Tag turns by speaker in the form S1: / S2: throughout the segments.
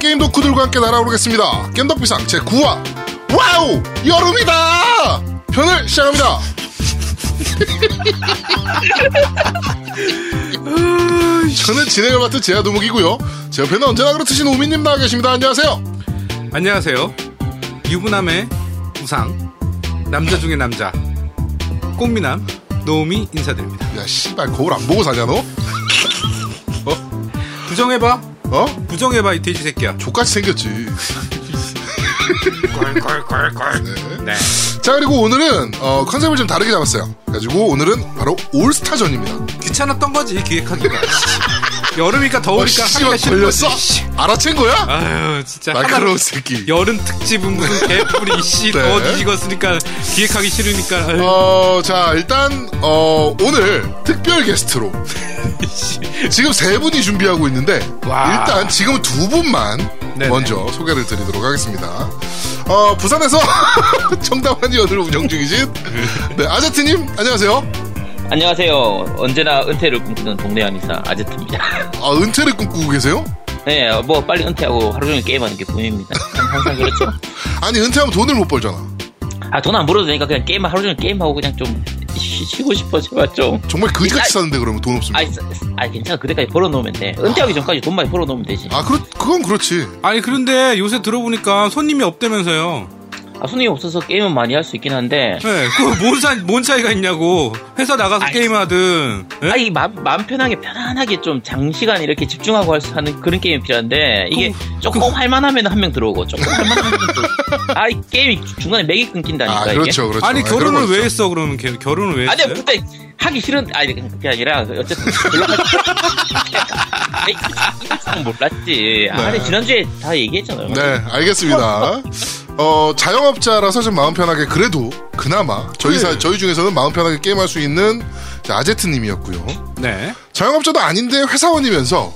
S1: 게임 덕후들과 함께 날아오르겠습니다. 겜덕비상 제9화 와우 여름이다 편을 시작합니다. 저는 진행을 맡은 제아도목이고요. 제 옆에는 언제나 그렇듯이 노미님 나와 계십니다. 안녕하세요.
S2: 안녕하세요. 유부남의 우상 남자 중에 남자 꽃미남 노우미 인사드립니다.
S1: 야 씨발 거울 안 보고 사냐 너?
S2: 부정해봐,
S1: 어?
S2: 부정해봐 이 돼지 새끼야.
S1: 족같이 생겼지.
S2: 꼴꼴꼴꼴. 네.
S1: 자 그리고 오늘은 어, 컨셉을 좀 다르게 잡았어요. 가지고 오늘은 바로 올스타전입니다.
S2: 귀찮았던 거지 기획하기가. 여름이니까 더우니까
S1: 씨,
S2: 그러니까 하기가 싫은
S1: 걸렸어?
S2: 거지. 씨.
S1: 알아챈 거야?
S2: 아유 진짜
S1: 날카로운
S2: 하나
S1: 새끼.
S2: 여름 특집은 무슨 개뿔이 씨
S1: 네.
S2: 더워 뒤집었으니까 기획하기 싫으니까 아유,
S1: 어, 자, 일단, 어, 오늘 특별 게스트로
S2: 씨.
S1: 지금 세 분이 준비하고 있는데,
S2: 와.
S1: 일단 지금 두 분만
S2: 네네.
S1: 먼저 소개를 드리도록 하겠습니다. 어, 부산에서 청담한 연을 운영 중이신, 네, 아제트님, 안녕하세요.
S3: 안녕하세요. 언제나 은퇴를 꿈꾸는 동네 양이사 아제트입니다.
S1: 아, 은퇴를 꿈꾸고 계세요?
S3: 네, 뭐 빨리 은퇴하고 하루 종일 게임하는 게 꿈입니다. 참 항상 그렇죠.
S1: 아니, 은퇴하면 돈을 못 벌잖아.
S3: 아, 돈 안 벌어도 되니까 그냥 게임 하루 종일 게임하고 그냥 좀 쉬, 쉬고 싶어 제발 좀.
S1: 정말 그지같이 사는데, 그러면 돈 없으면.
S3: 아이, 쓰- 아이 괜찮아. 그때까지 벌어놓으면 돼. 은퇴하기 전까지 돈 많이 벌어놓으면 되지.
S1: 아, 그렇, 그건 그렇지.
S2: 아니 그런데 요새 들어보니까 손님이 없다면서요.
S3: 아, 손이 없어서 게임은 많이 할 수 있긴 한데.
S2: 네, 그뭔 사, 뭔 차이가 있냐고. 회사 나가서
S3: 아이.
S2: 게임하든. 네?
S3: 아이 마음, 마음 편하게 편안하게 좀 장시간 이렇게 집중하고 할 수 하는 그런 게임이 필요한데 이게
S1: 그,
S3: 조금 할만하면 한 명 들어오고 조금 할만하면 한 명 들어오고 아이 게임이 중간에 맥이 끊긴다니까
S1: 아,
S3: 이게
S1: 그렇죠, 그렇죠.
S2: 아니
S1: 그런
S2: 결혼을
S1: 거
S2: 왜
S1: 있죠.
S2: 했어 그러면 걔- 결혼을 왜
S3: 아니 뭐-
S2: 했어요?
S3: 근데 하기 싫은 아니 그게 아니라 어쨌든 연락할 몰랐지 아니 지난주에 다 얘기했잖아요
S1: 네, 알겠습니다. 어, 자영업자라서 좀 마음 편하게 그래도 그나마 저희 사, 저희 중에서는 마음 편하게 게임할 수 있는 이제 아제트님이었고요.
S2: 네.
S1: 자영업자도 아닌데 회사원이면서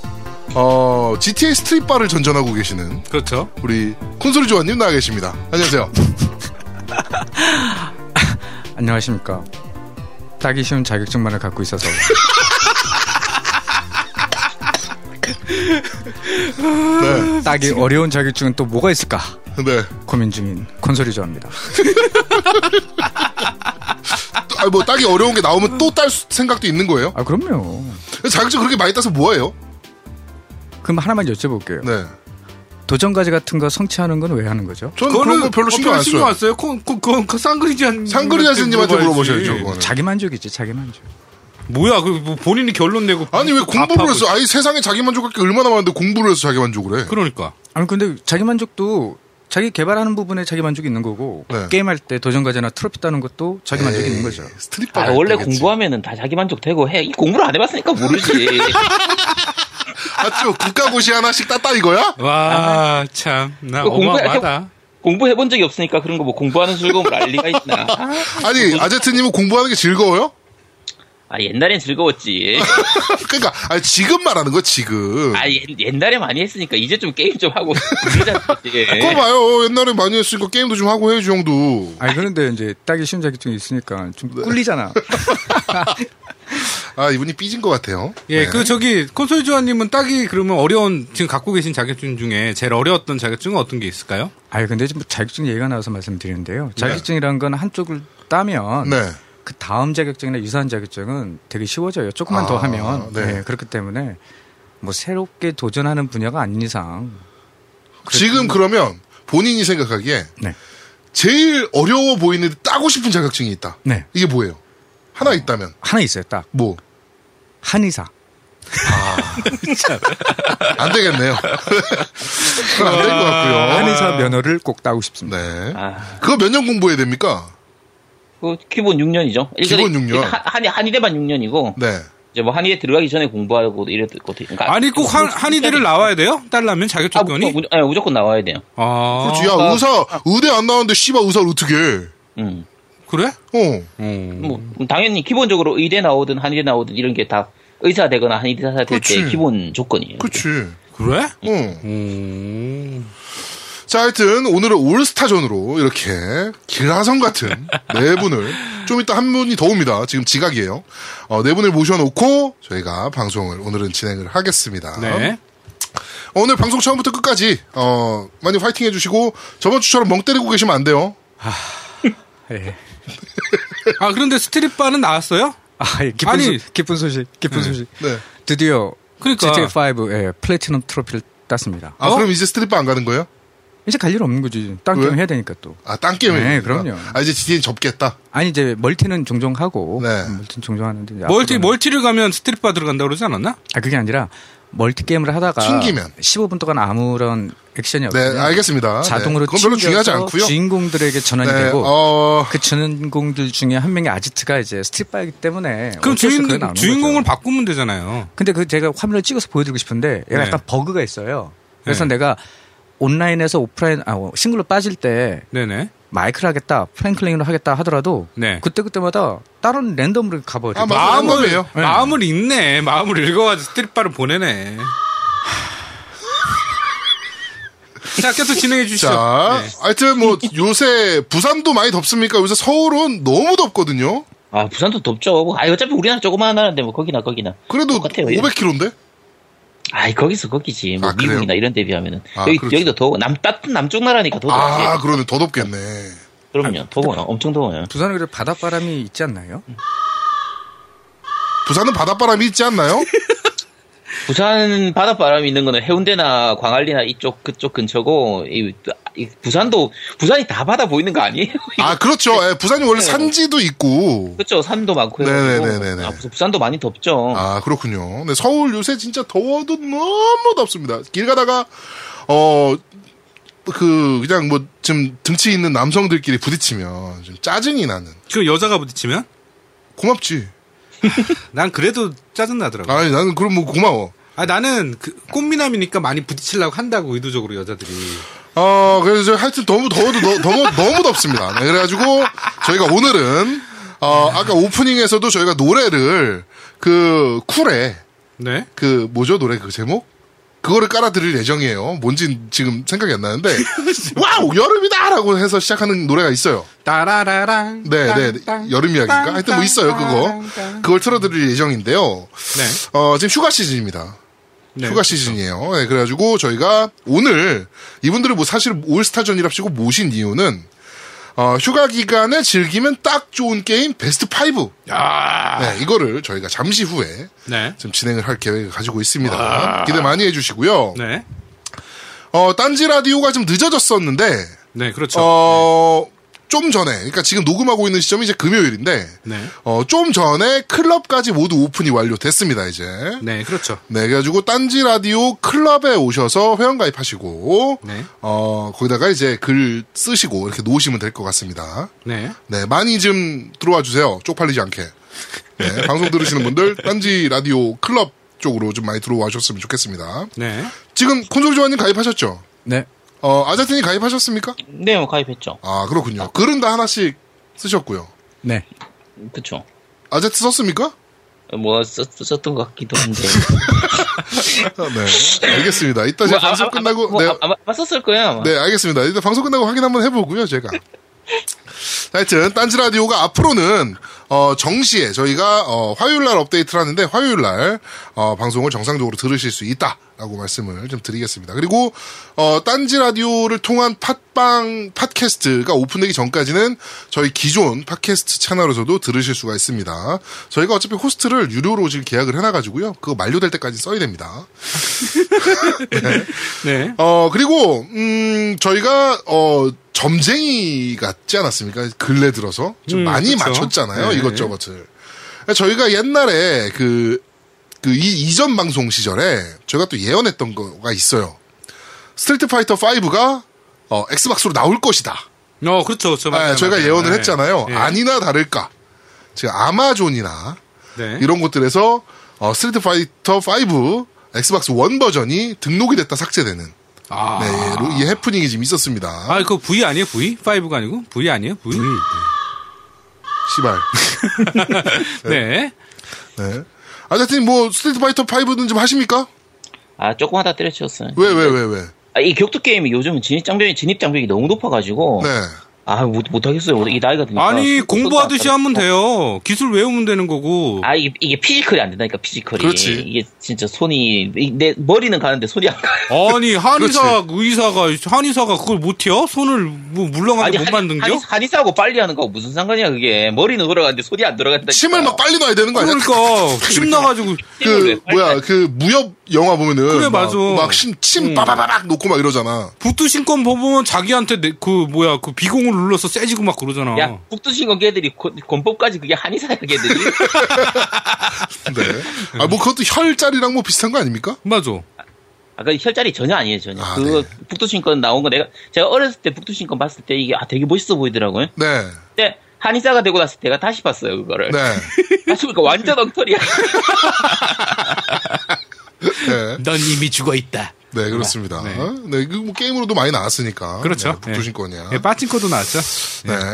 S1: 어, GTA 스트릿바를 전전하고 계시는
S2: 그렇죠.
S1: 우리 콘솔이 조아님 나와 계십니다. 안녕하세요.
S4: 안녕하십니까. 따기 쉬운 자격증만을 갖고 있어서
S1: 네,
S4: 따기 어려운 자격증은 또 뭐가 있을까
S1: 네.
S4: 고민 중인 콘솔이조합니다.
S1: 아, 뭐 따기 어려운 게 나오면 또 딸 생각도 있는 거예요.
S4: 아 그럼요.
S1: 자격증 그렇게 많이 따서 뭐예요?
S4: 그럼 하나만 여쭤볼게요.
S1: 네,
S4: 도전과제 같은 거 성취하는 건 왜 하는 거죠?
S1: 저는 그런 거 별로 신경 안 써요.
S2: 써요. 그건, 그건, 그건 쌍그리지
S1: 상그리아스님한테 물어보셔야죠. 그거는.
S4: 자기 만족이지 자기 만족.
S2: 뭐야, 그, 뭐 본인이 결론 내고.
S1: 아니 왜 공부를
S2: 답하고
S1: 했어? 아니 세상에 자기 만족할 게 얼마나 많은데 공부를 해서 자기 만족을 해?
S2: 그러니까.
S4: 아니 근데 자기 만족도 자기 개발하는 부분에 자기 만족이 있는 거고
S1: 네.
S4: 게임할 때 도전과제나 트로피 따는 것도 자기 만족이 있는 거죠.
S1: 스트릿바
S3: 아, 원래 공부하면은 다 자기 만족되고 해. 이 공부를 안 해봤으니까 모르지.
S1: 아죠 국가고시 하나씩 땄다 이거야?
S2: 와, 참. 나
S3: 그거 공부해-
S2: 어마어마하다.
S3: 공부해본 적이 없으니까 그런 거 뭐 공부하는 즐거움을 알 리가 있나. 뭐-
S1: 아니 아제트님은 공부하는 게 즐거워요?
S3: 아, 옛날엔 즐거웠지.
S1: 그러니까 아니, 지금 말하는 거 지금.
S3: 아, 옛, 옛날에 많이 했으니까 이제 좀 게임 좀 하고 그러자. 예.
S1: 그거 뭐 봐요 옛날에 많이 했으니까 게임도 좀 하고 해야지 형도.
S4: 아니 그런데 이제 따기 쉬운 자격증이 있으니까 좀
S1: 네.
S4: 꿀리잖아.
S1: 아 이분이 삐진 것 같아요.
S2: 예,
S1: 네.
S2: 그, 저기, 콘솔주아님은 딱히 그러면 어려운, 지금 갖고 계신 자격증 중에 제일 어려웠던 자격증은 어떤 게 있을까요?
S4: 아니 근데 지금 뭐 자격증 얘기가 나와서 말씀드리는데요. 자격증이란 건 한쪽을 따면
S1: 네.
S4: 그 다음 자격증이나 유사한 자격증은 되게 쉬워져요. 조금만 더
S1: 아,
S4: 하면
S1: 네.
S4: 네, 그렇기 때문에 뭐 새롭게 도전하는 분야가 아닌 이상
S1: 지금 그러면 본인이 생각하기에
S4: 네.
S1: 제일 어려워 보이는데 따고 싶은 자격증이 있다.
S4: 네.
S1: 이게 뭐예요? 하나 있다면
S4: 하나 있어요. 딱
S1: 뭐?
S4: 한의사.
S1: 안 되겠네요. 그건 안될 것 같고요.
S4: 한의사 면허를 꼭 따고 싶습니다.
S1: 네.
S3: 아,
S1: 그거 몇 년 공부해야 됩니까?
S3: 그 기본 6년이죠.
S1: 기본 육 년.
S3: 한, 한의대만 6년이고.
S1: 네.
S3: 이제 뭐 한의대 들어가기 전에 공부하고 이랬고 그러니까
S2: 아니, 꼭 한, 한의대를 나와야 돼요? 딸라면
S3: 아,
S2: 자격조건이?
S3: 무조건, 예, 무조건 나와야 돼요.
S2: 아,
S1: 그렇지. 야, 의사, 의대 안 나왔는데, 씨발, 의사를 어떻게 해.
S3: 음.
S2: 그래?
S1: 어.
S2: 음.
S3: 뭐 음, 당연히 기본적으로 의대 나오든 한의대 나오든 이런 게 다 의사 되거나 한의사 될 때
S1: 그치.
S3: 기본 조건이에요.
S1: 그치.
S2: 그래?
S1: 어.
S2: 음.
S1: 자, 하여튼, 오늘은 올스타전으로 이렇게 기라성 같은 네 분을, 좀 이따 한 분이 더 옵니다. 지금 지각이에요. 어, 네 분을 모셔놓고 저희가 방송을 오늘은 진행을 하겠습니다.
S2: 네.
S1: 오늘 방송 처음부터 끝까지 어, 많이 화이팅 해주시고 저번 주처럼 멍 때리고 계시면 안 돼요.
S4: 예.
S2: 아 그런데 스트릿바는 나왔어요?
S4: 아, 예, 기쁜,
S2: 아니.
S4: 소, 기쁜 소식, 기쁜 소식.
S1: 네.
S4: 드디어
S2: 그러니까.
S4: GTA5 예, 플래티넘 트로피를 땄습니다.
S1: 아
S2: 어?
S1: 그럼 이제 스트리퍼 안 가는 거예요?
S4: 이제 갈 일 없는 거지. 딴
S1: 왜?
S4: 게임 해야 되니까 또.
S1: 아 딴 게임을.
S4: 네, 그럼요.
S1: 아 이제 GTA 는 접겠다.
S4: 아니 이제 멀티는 종종 하고
S1: 네.
S4: 멀티는 종종 하는데
S1: 그러니까
S4: 이제
S2: 멀티
S4: 앞으로는-
S2: 멀티를 가면 스트릿바 들어간다 고 그러지 않았나?
S4: 아 그게 아니라 멀티 게임을 하다가
S1: 튕기면.
S4: 15분 동안 아무런 액션이 없어요.
S1: 네 알겠습니다. 네.
S4: 자동으로
S1: 그건 별로
S4: 튕겨서
S1: 중요하지 않고요.
S4: 주인공들에게 전환이
S1: 네,
S4: 되고
S1: 어,
S4: 그 주인공들 중에 한 명이 아지트가 이제 스트릿바이기 때문에
S2: 그럼
S4: 어쩔 수
S2: 주인
S4: 그게 나오는
S2: 주인공을
S4: 거죠.
S2: 바꾸면 되잖아요.
S4: 근데 그 제가 화면을 찍어서 보여드리고 싶은데 얘가
S2: 네.
S4: 약간 버그가 있어요. 그래서
S2: 네.
S4: 내가 온라인에서 오프라인 아 어, 싱글로 빠질 때
S2: 네네.
S4: 마이크를 하겠다 프랭클링으로 하겠다 하더라도
S2: 네.
S4: 그때 그때마다 다른 랜덤으로 가버려.
S1: 아, 맞아요.
S2: 마음을
S1: 랜덤이에요.
S2: 네. 마음을 읽네. 마음을 읽어가지고 스트릿바를 보내네. 자, 계속 진행해 주시죠.
S1: 자,
S4: 네.
S1: 하여튼 뭐 요새 부산도 많이 덥습니까? 요새 서울은 너무 덥거든요.
S3: 아 부산도 덥죠. 아 어차피 우리나라 조그마한 나라인데 뭐 거기나 거기나.
S1: 그래도
S3: 똑같아요. 예.
S1: 500km인데?
S3: 아 거기서 거기지. 뭐
S1: 아, 그래요?
S3: 미국이나 이런 데 비하면은
S1: 아,
S3: 여기
S1: 그렇죠.
S3: 여기도 더워. 남 따뜻한 남쪽 나라니까 더 덥지.
S1: 아, 그러네. 더 덥겠네.
S3: 그럼요. 더워요. 엄청 더워요.
S4: 부산은 그래도 바닷바람이 있지 않나요?
S1: 부산은 바닷바람이 있지 않나요?
S3: 부산 바닷바람이 있는 거는 해운대나 광안리나 이쪽 그쪽 근처고 이, 이 부산도 부산이 다 바다 보이는 거 아니에요?
S1: 아, 그렇죠. 예, 부산이 원래
S3: 네.
S1: 산지도 있고.
S3: 그렇죠. 산도 많고 해가지고.
S1: 네네네네네.
S3: 아, 부산- 부산도 많이 덥죠.
S1: 아, 그렇군요. 네, 서울 요새 진짜 더워도 너무 덥습니다. 길 가다가, 어, 그, 그냥 뭐, 지금 등치 있는 남성들끼리 부딪히면 좀 짜증이 나는.
S2: 그 여자가 부딪히면?
S1: 고맙지.
S2: 난 그래도 짜증나더라고.
S1: 아니, 나는 그럼 뭐 고마워.
S2: 아, 나는 그 꽃미남이니까 많이 부딪히려고 한다고, 의도적으로 여자들이.
S1: 어, 그래서 저 하여튼 너무 더워도 너, 너무, 너무 덥습니다. 네, 그래가지고 저희가 오늘은, 어, 아까 오프닝에서도 저희가 노래를 그 쿨에
S2: 네.
S1: 그 뭐죠 노래 그 제목? 그거를 깔아드릴 예정이에요. 뭔지 지금 생각이 안 나는데 와우 여름이다라고 해서 시작하는 노래가 있어요.
S2: 따라라랑.
S1: 네네
S2: 땅,
S1: 여름 이야기인가?
S2: 땅,
S1: 하여튼 뭐 있어요 그거 그걸 틀어드릴 예정인데요.
S2: 네.
S1: 어 지금 휴가 시즌입니다.
S2: 네.
S1: 휴가 시즌이에요. 네, 그래가지고 저희가 오늘 이분들을 뭐 사실 올스타전이랍시고 모신 이유는 어, 휴가 기간에 즐기면 딱 좋은 게임 베스트 5. 네, 이거를 저희가 잠시 후에
S2: 네.
S1: 지금 진행을 할 계획을 가지고 있습니다. 기대 많이 해주시고요.
S2: 아. 네.
S1: 어, 딴지 라디오가 좀 늦어졌었는데,
S2: 네, 그렇죠.
S1: 어, 좀 전에, 그러니까 지금 녹음하고 있는 시점이 이제 금요일인데,
S2: 네.
S1: 어, 좀 전에 클럽까지 모두 오픈이 완료됐습니다, 이제.
S2: 네, 그렇죠.
S1: 네, 그래가지고 딴지 라디오 클럽에 오셔서 회원가입하시고,
S2: 네.
S1: 어, 거기다가 이제 글 쓰시고 이렇게 놓으시면 될 것 같습니다.
S2: 네.
S1: 네, 많이 좀 들어와 주세요. 쪽팔리지 않게. 네, 방송 들으시는 분들 딴지 라디오 클럽 쪽으로 좀 많이 들어와 주셨으면 좋겠습니다.
S2: 네.
S1: 지금 콘솔 조아님 가입하셨죠?
S4: 네.
S1: 어, 아자틴이 가입하셨습니까?
S3: 네, 뭐 가입했죠.
S1: 아, 그렇군요. 글은 다 하나씩 쓰셨고요.
S4: 네.
S3: 그쵸.
S1: 아자트 썼습니까?
S3: 뭐 썼, 썼던 것 같기도 한데.
S1: 아, 네. 알겠습니다. 이따 제가
S3: 뭐,
S1: 방송
S3: 아마-
S1: 끝나고
S3: 뭐,
S1: 네,
S3: 아마, 아마 썼을 거예요. 아마.
S1: 네, 알겠습니다. 일단 방송 끝나고 확인 한번 해보고요, 제가. 하여튼 딴지 라디오가 앞으로는 어, 정시에 저희가 어, 화요일 날 업데이트를 하는데 화요일 날 어, 방송을 정상적으로 들으실 수 있다라고 말씀을 좀 드리겠습니다. 그리고 어, 딴지 라디오를 통한 팟빵 팟캐스트가 오픈되기 전까지는 저희 기존 팟캐스트 채널에서도 들으실 수가 있습니다. 저희가 어차피 호스트를 유료로 지금 계약을 해놔가지고요. 그거 만료될 때까지 써야 됩니다.
S2: 네.
S1: 어, 그리고, 음, 저희가, 어, 점쟁이 같지 않았습니까? 근래 들어서. 좀
S2: 음,
S1: 많이
S2: 그쵸.
S1: 맞췄잖아요.
S2: 네.
S1: 이것저것을. 저희가 옛날에 그, 그, 이, 이전 방송 시절에 저희가 또 예언했던 거가 있어요. 스트리트 파이터 5가, 어, 엑스박스로 나올 것이다.
S2: 어, 그렇죠. 그렇죠. 맞아요,
S1: 아, 저희가
S2: 맞아요.
S1: 예언을
S2: 네.
S1: 했잖아요.
S2: 네.
S1: 아니나 다를까. 지금 아마존이나
S2: 네.
S1: 이런 곳들에서 어, 스트리트 파이터 5 엑스박스 1 버전이 등록이 됐다 삭제되는
S2: 아.
S1: 네, 로- 이 해프닝이 지금 있었습니다.
S2: 아, 그거 V 아니에요? V? 5가 아니고? V 아니에요? V?
S1: 씨발.
S2: 네.
S1: 네. 아자팀 뭐 스트리트 파이터 5는 좀 하십니까?
S3: 아, 조금 하다 때려치웠어요.
S1: 왜 왜 왜 왜, 왜?
S2: 어.
S3: 아, 이 격투 게임이 요즘 진입 장벽이 진입 장벽이 너무 높아가지고
S1: 네.
S3: 아, 못, 못하겠어요. 이 나이가 드니까.
S1: 그
S2: 아니 공부하듯이
S3: 안
S2: 하면 돼요. 기술 외우면 되는 거고.
S3: 아, 이게, 이게 피지컬이 안 된다니까, 피지컬이.
S1: 그렇지.
S3: 이게 진짜 손이, 이- 내 머리는 가는데 손이 안 가.
S2: 아니 한의사 의사가 한의사가 그걸 못 해요? 손을 뭐 물렁하게 못 만든겨?
S3: 한의사하고 빨리 하는 거하고 무슨 상관이야, 그게. 머리는 돌아가는데 손이 안 돌아간다. 그러니까.
S1: 침을 막 빨리 놔야 되는 거 아니야?
S2: 네, 그러니까 침 나가지고
S1: 그 뭐야 그 무협 영화 보면은
S2: 그래,
S1: 막-
S2: 맞아. 음.
S1: 막 심, 침 빠바바박 놓고 막 이러잖아.
S2: 북두신권 보면 자기한테 내- 그 뭐야 그 비공을 눌러서 쎄지고 막 그러잖아.
S3: 야, 북두신건 걔들이 고- 권법까지 그게 한의사야, 걔들이.
S1: 네. 아 뭐 그것도 혈자리랑 뭐 비슷한 거 아닙니까?
S2: 맞아.
S3: 아까 그 혈자리 전혀 아니에요, 전혀.
S1: 아,
S3: 그거 북두신권 나온 거 내가, 제가 어렸을 때 북두신권 봤을 때 이게, 아, 되게 멋있어 보이더라고요.
S1: 네.
S3: 근데 한의사가 되고 났을 때가 다시 봤어요, 그거를.
S1: 네.
S3: 다시 보니까 완전 엉터리야.
S1: 네.
S2: 넌 이미 죽어 있다.
S1: 네, 그렇습니다.
S2: 네.
S1: 네, 그 뭐 게임으로도 많이 나왔으니까.
S2: 그렇죠.
S1: 네, 북두신권이야.
S2: 예,
S1: 네.
S2: 빠친코도 나왔죠.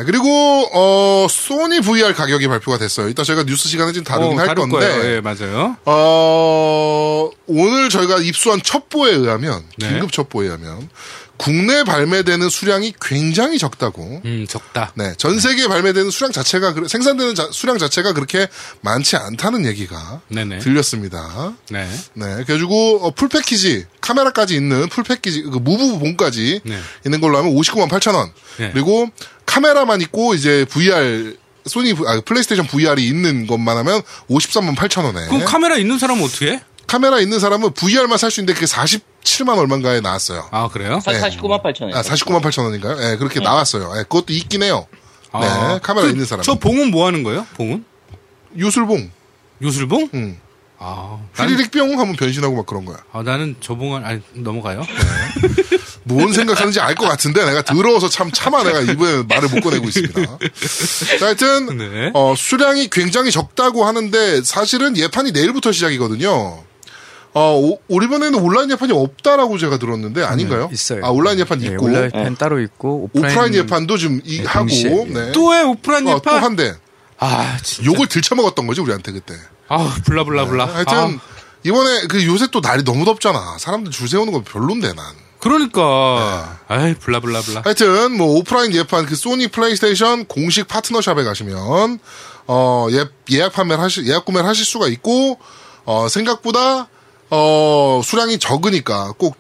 S1: 그리고 어 소니 VR 가격이 발표가 됐어요. 이따 저희가 뉴스 시간에 좀 다루긴
S2: 어,
S1: 할
S2: 다룰
S1: 건데.
S2: 거예요. 예, 맞아요.
S1: 어, 오늘 저희가 입수한 첩보에 의하면,
S2: 네.
S1: 긴급 첩보에 의하면, 국내 발매되는 수량이 굉장히 적다고.
S2: 음, 적다.
S1: 네, 전 세계에 발매되는 수량 자체가, 그- 생산되는 자- 수량 자체가 그렇게 많지 않다는 얘기가
S2: 네네.
S1: 들렸습니다.
S2: 네.
S1: 네, 그래가지고, 어, 풀패키지, 카메라까지 있는 풀패키지, 그 무브본까지
S2: 네.
S1: 있는 걸로 하면 59만 8천 원.
S2: 네.
S1: 그리고 카메라만 있고, 이제 VR, 소니, 아, 플레이스테이션 VR이 있는 것만 하면 53만 8천 원에.
S2: 그럼 카메라 있는 사람은 어떻게 해?
S1: 카메라 있는 사람은 VR만 살 수 있는데 그게 47만 얼마인가에 나왔어요.
S2: 아, 그래요?
S3: 49만 8천
S4: 네.
S3: 원.
S1: 아, 49만 8천 원인가요? 예, 그렇게 나왔어요. 예, 그것도 있긴 해요.
S2: 아.
S1: 네, 카메라
S2: 그,
S1: 있는 사람.
S2: 저 봉은 뭐 하는 거예요? 봉은?
S1: 요술봉,
S2: 요술봉?
S1: 음.
S2: 아, 나는,
S1: 휘리릭뿅 하면 변신하고 막 그런 거야.
S2: 아, 나는 저 봉은, 아니, 넘어가요.
S1: 뭔 생각하는지 알 것 같은데 내가 더러워서 참 참아 내가 이번에 말을 못 꺼내고 있습니다. 자, 하여튼
S2: 네.
S1: 어, 수량이 굉장히 적다고 하는데 사실은 예판이 내일부터 시작이거든요. 어, 오- 올 이번에는 온라인 예판이 없다라고 제가 들었는데 아닌가요?
S4: 네, 있어요.
S1: 아, 온라인 예판
S4: 예,
S1: 있고 어.
S4: 온라인 팬 따로 있고 오프라인,
S1: 오프라인 예판도 지금 이
S4: 네,
S1: 하고
S4: 동시에, 예.
S1: 네.
S2: 또 해, 오프라인
S1: 어, 또
S2: 예판?
S1: 한대.
S2: 아, 진짜.
S1: 욕을 들쳐먹었던 거지 우리한테 그때.
S2: 아, 블라블라블라.
S1: 네, 하여튼
S2: 아,
S1: 이번에 그 요새 또 날이 너무 덥잖아. 사람들 줄 세우는 거 별론데 난.
S2: 그러니까.
S1: 네.
S2: 아이, 블라블라블라.
S1: 하여튼 뭐 오프라인 예판 그 소니 플레이스테이션 공식 파트너샵에 가시면 어 예, 예약 판매를 하실 예약 구매를 하실 수가 있고 어 생각보다 어 수량이 적으니까 꼭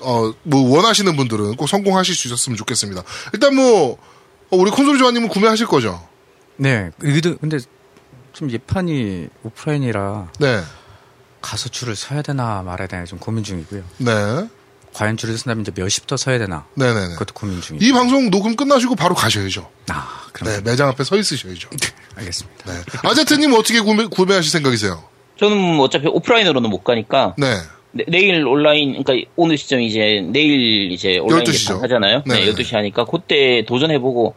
S1: 어, 뭐, 원하시는 분들은 꼭 성공하실 수 있었으면 좋겠습니다. 일단 뭐, 어, 우리 콘솔 조아님은 구매하실 거죠?
S4: 네. 근데 근데 좀 예판이 오프라인이라
S1: 네.
S4: 가서 줄을 서야 되나 말아야 되나 좀 고민 중이고요.
S1: 네.
S4: 과연 줄을 쓴다면 이제 몇 시부터 서야 되나
S1: 네네네.
S4: 그것도 고민 중이에요.
S1: 이 방송 녹음 끝나시고 바로 가셔야죠.
S4: 아, 그럼
S1: 네, 매장 앞에 서 있으셔야죠.
S4: 알겠습니다.
S1: 네. 아제트님 어떻게 구매, 구매하실 생각이세요?
S3: 저는 뭐 어차피 오프라인으로는 못 가니까
S1: 네.
S3: 내, 내일 온라인 그러니까 오늘 시점 이제 내일 이제 온라인
S1: 12시 죠.
S3: 예판 하잖아요. 네,
S1: 네.
S3: 12시 하니까 그때 도전해 보고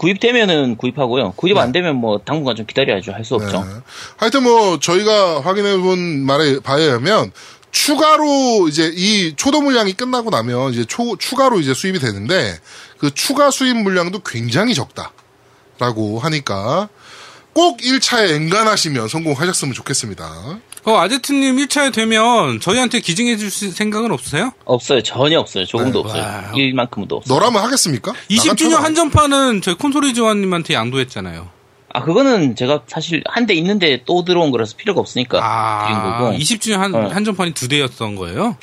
S3: 구입되면은 구입하고요. 구입 안 되면 뭐 당분간 좀 기다려야죠. 할 수 없죠.
S1: 네. 하여튼 뭐 저희가 확인해 본 말에 바에 의하면 추가로 이제 이 초도 물량이 끝나고 나면 이제 초, 추가로 이제 수입이 되는데 그 추가 수입 물량도 굉장히 적다라고 하니까 꼭 1차에 엔간하시면 성공하셨으면 좋겠습니다.
S2: 어, 아제트님 1차에 되면 저희한테 기증해 주실 생각은 없으세요?
S3: 없어요. 전혀 없어요. 조금도
S1: 네.
S3: 없어요.
S2: 와요.
S3: 일만큼도 없어요.
S1: 너라면 하겠습니까?
S2: 20주년
S1: 나같아도
S2: 한정판은 저희 콘솔이 조아님한테 양도했잖아요.
S3: 아 그거는 제가 사실 한 대 있는데 또 들어온 거라서 필요가 없으니까 드린
S2: 아,
S3: 거고.
S2: 20주년 한,
S3: 어.
S2: 한정판이 두 대였던 거예요?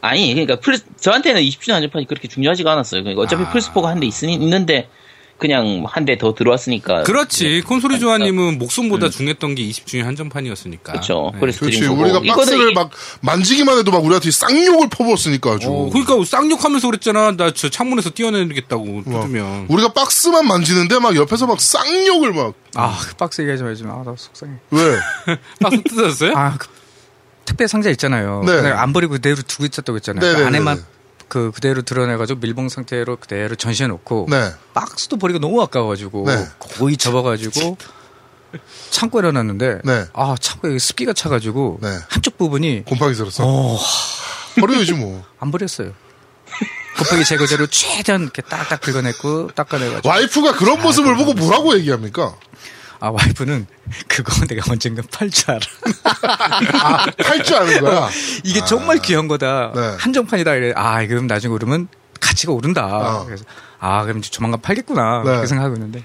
S3: 아니 그러니까 플 저한테는 20주년 한정판이 그렇게 중요하지가 않았어요. 그러니까 어차피
S2: 아.
S3: 플스4가 한 대 있으니 있는데 그냥 한 대 더 들어왔으니까
S2: 그렇지. 콘솔이 조아님은 목숨보다 중요했던 게 20주년 한정판이었으니까.
S3: 그렇죠.
S2: 네.
S3: 그래서
S1: 그렇지.
S3: 드린 거고.
S1: 우리가
S3: 이거는
S1: 박스를
S3: 이-
S1: 막 만지기만 해도 막 우리한테 쌍욕을 퍼부었으니까 아주.
S2: 어, 그러니까 쌍욕하면서 그랬잖아. 나 저 창문에서 뛰어내리겠다고 뜯으면.
S1: 우리가 박스만 만지는데 막 옆에서 막 쌍욕을 막
S4: 아, 그 박스 얘기하지 말지 마. 아, 나 속상해.
S1: 왜?
S2: 박스 뜯었어요?
S4: 아, 그 택배 상자 있잖아요.
S1: 네.
S4: 그냥 안 버리고 그대로 두고 있었다고 했잖아요.
S1: 네,
S4: 그
S1: 네, 네,
S4: 안에만 그 그대로 드러내가지고 밀봉 상태로 그대로 전시해 놓고
S1: 네.
S4: 박스도 버리고 너무 아까워가지고
S1: 네.
S4: 거의 접어가지고 창고에 넣어놨는데
S1: 네.
S4: 아 창고에 습기가 차가지고
S1: 네.
S4: 한쪽 부분이
S1: 곰팡이 들었어.
S4: 어,
S1: 버려야지 뭐.
S4: 안 버렸어요. 곱하기 제거제로 최대한 이렇게 딱딱 긁어냈고 닦아내가지고
S1: 와이프가 그런 모습을 보고 뭐라고 얘기합니까?
S4: 아 와이프는 그거 내가 언젠가 팔 줄 알아.
S1: 할 줄 아는 거야.
S4: 이게 정말 귀한 거다.
S1: 네.
S4: 한정판이다. 이래. 아, 그럼 아, 나중에 그러면 가치가 오른다.
S1: 어.
S4: 그래서 아 그럼 이제 조만간 팔겠구나
S1: 네.
S4: 그렇게 생각하고 있는데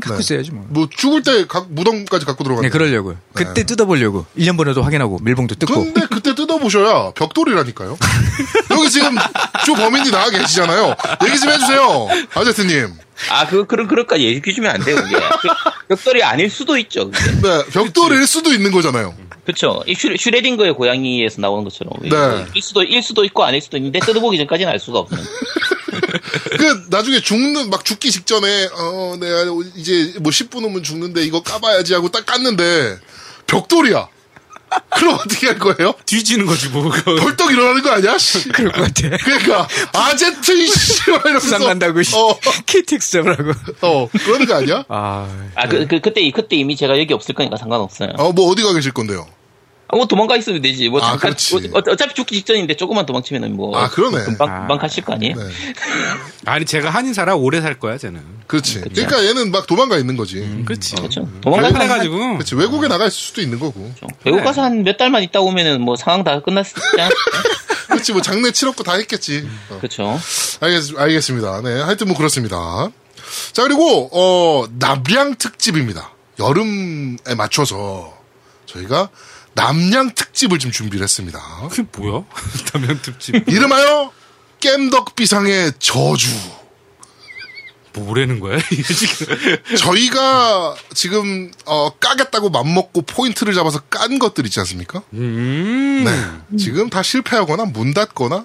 S4: 갖고
S1: 네.
S4: 있어야지 뭐.
S1: 뭐 죽을 때 각- 무덤까지 갖고 들어가는.
S4: 네 그러려고요. 그때 뜯어보려고 1년 보내도 확인하고 밀봉도 뜯고.
S1: 근데 그때 뜯어보셔야 벽돌이라니까요. 여기 지금 주 범인이 나와 계시잖아요. 얘기 좀 해주세요. 아제트님.
S3: 아, 그, 그런, 그런까지 얘기 주면 안 돼요, 그게. 그 벽돌이 아닐 수도 있죠, 그게.
S1: 네, 벽돌일 수도 있는 거잖아요.
S3: 그쵸. 이 슈레, 슈레딩거의 고양이에서 나오는 것처럼.
S1: 네.
S3: 일 수도, 일 수도 있고 아닐 수도 있는데, 뜯어보기 전까지는 알 수가 없는.
S1: 그 나중에 죽는 막 죽기 직전에 어 내가 이제 뭐 10분 후면 죽는데 이거 까봐야지 하고 딱 깠는데 벽돌이야. 그럼 어떻게 할 거예요?
S2: 뒤지는 거지 뭐. 그거.
S1: 벌떡 일어나는 거 아니야? 씨.
S4: 그럴 것 같아.
S1: 그러니까 아제트 이씨 이러면서
S4: 부산 간다고 씨.
S1: 어,
S4: KTX 잡으라고.
S1: 어 그러는 거 아니야?
S2: 네.
S4: 아
S3: 아, 그, 그, 그때, 그때 이미 제가 여기 없을 거니까 상관없어요.
S1: 어 뭐 어디 가 계실 건데요?
S3: 아, 뭐 도망가 있으면 되지. 뭐
S1: 아,
S3: 잠깐,
S1: 그렇지.
S3: 뭐, 어, 어차피 죽기 직전인데 조금만 도망치면 뭐.
S1: 아, 그러네.
S3: 금방,
S4: 아.
S3: 금방 가실 거 아니에요?
S1: 네.
S2: 아니 제가 한인사라 오래 살 거야 쟤는.
S4: 음,
S2: 어.
S1: 그렇지. 그러니까 얘는 막 도망가 있는 거지.
S2: 그렇지.
S3: 그렇죠.
S1: 음.
S2: 그래
S3: 도망가서 한,
S2: 가지고
S1: 그렇지. 외국에 나갈 수도 있는 거고.
S3: 외국 가서 한 몇 달만 있다 오면은 뭐 상황 다 끝났을 때.
S1: 그렇지. 뭐 장례 치렀고 다 했겠지.
S4: 음.
S1: 어.
S3: 그렇죠.
S1: 알겠, 알겠습니다. 네. 하여튼 뭐 그렇습니다. 자, 그리고, 어, 남량 특집입니다. 여름에 맞춰서 저희가 남량 특집을 좀 준비를 했습니다.
S2: 그게 뭐야? 담양 특집
S1: 이름하여 깸덕비상의 저주.
S2: 뭐라는 거야? 이게 지금
S1: 저희가 지금, 어, 까겠다고 맘먹고 포인트를 잡아서 깐 것들 있지 않습니까?
S2: 음.
S1: 네. 지금 다 실패하거나 문 닫거나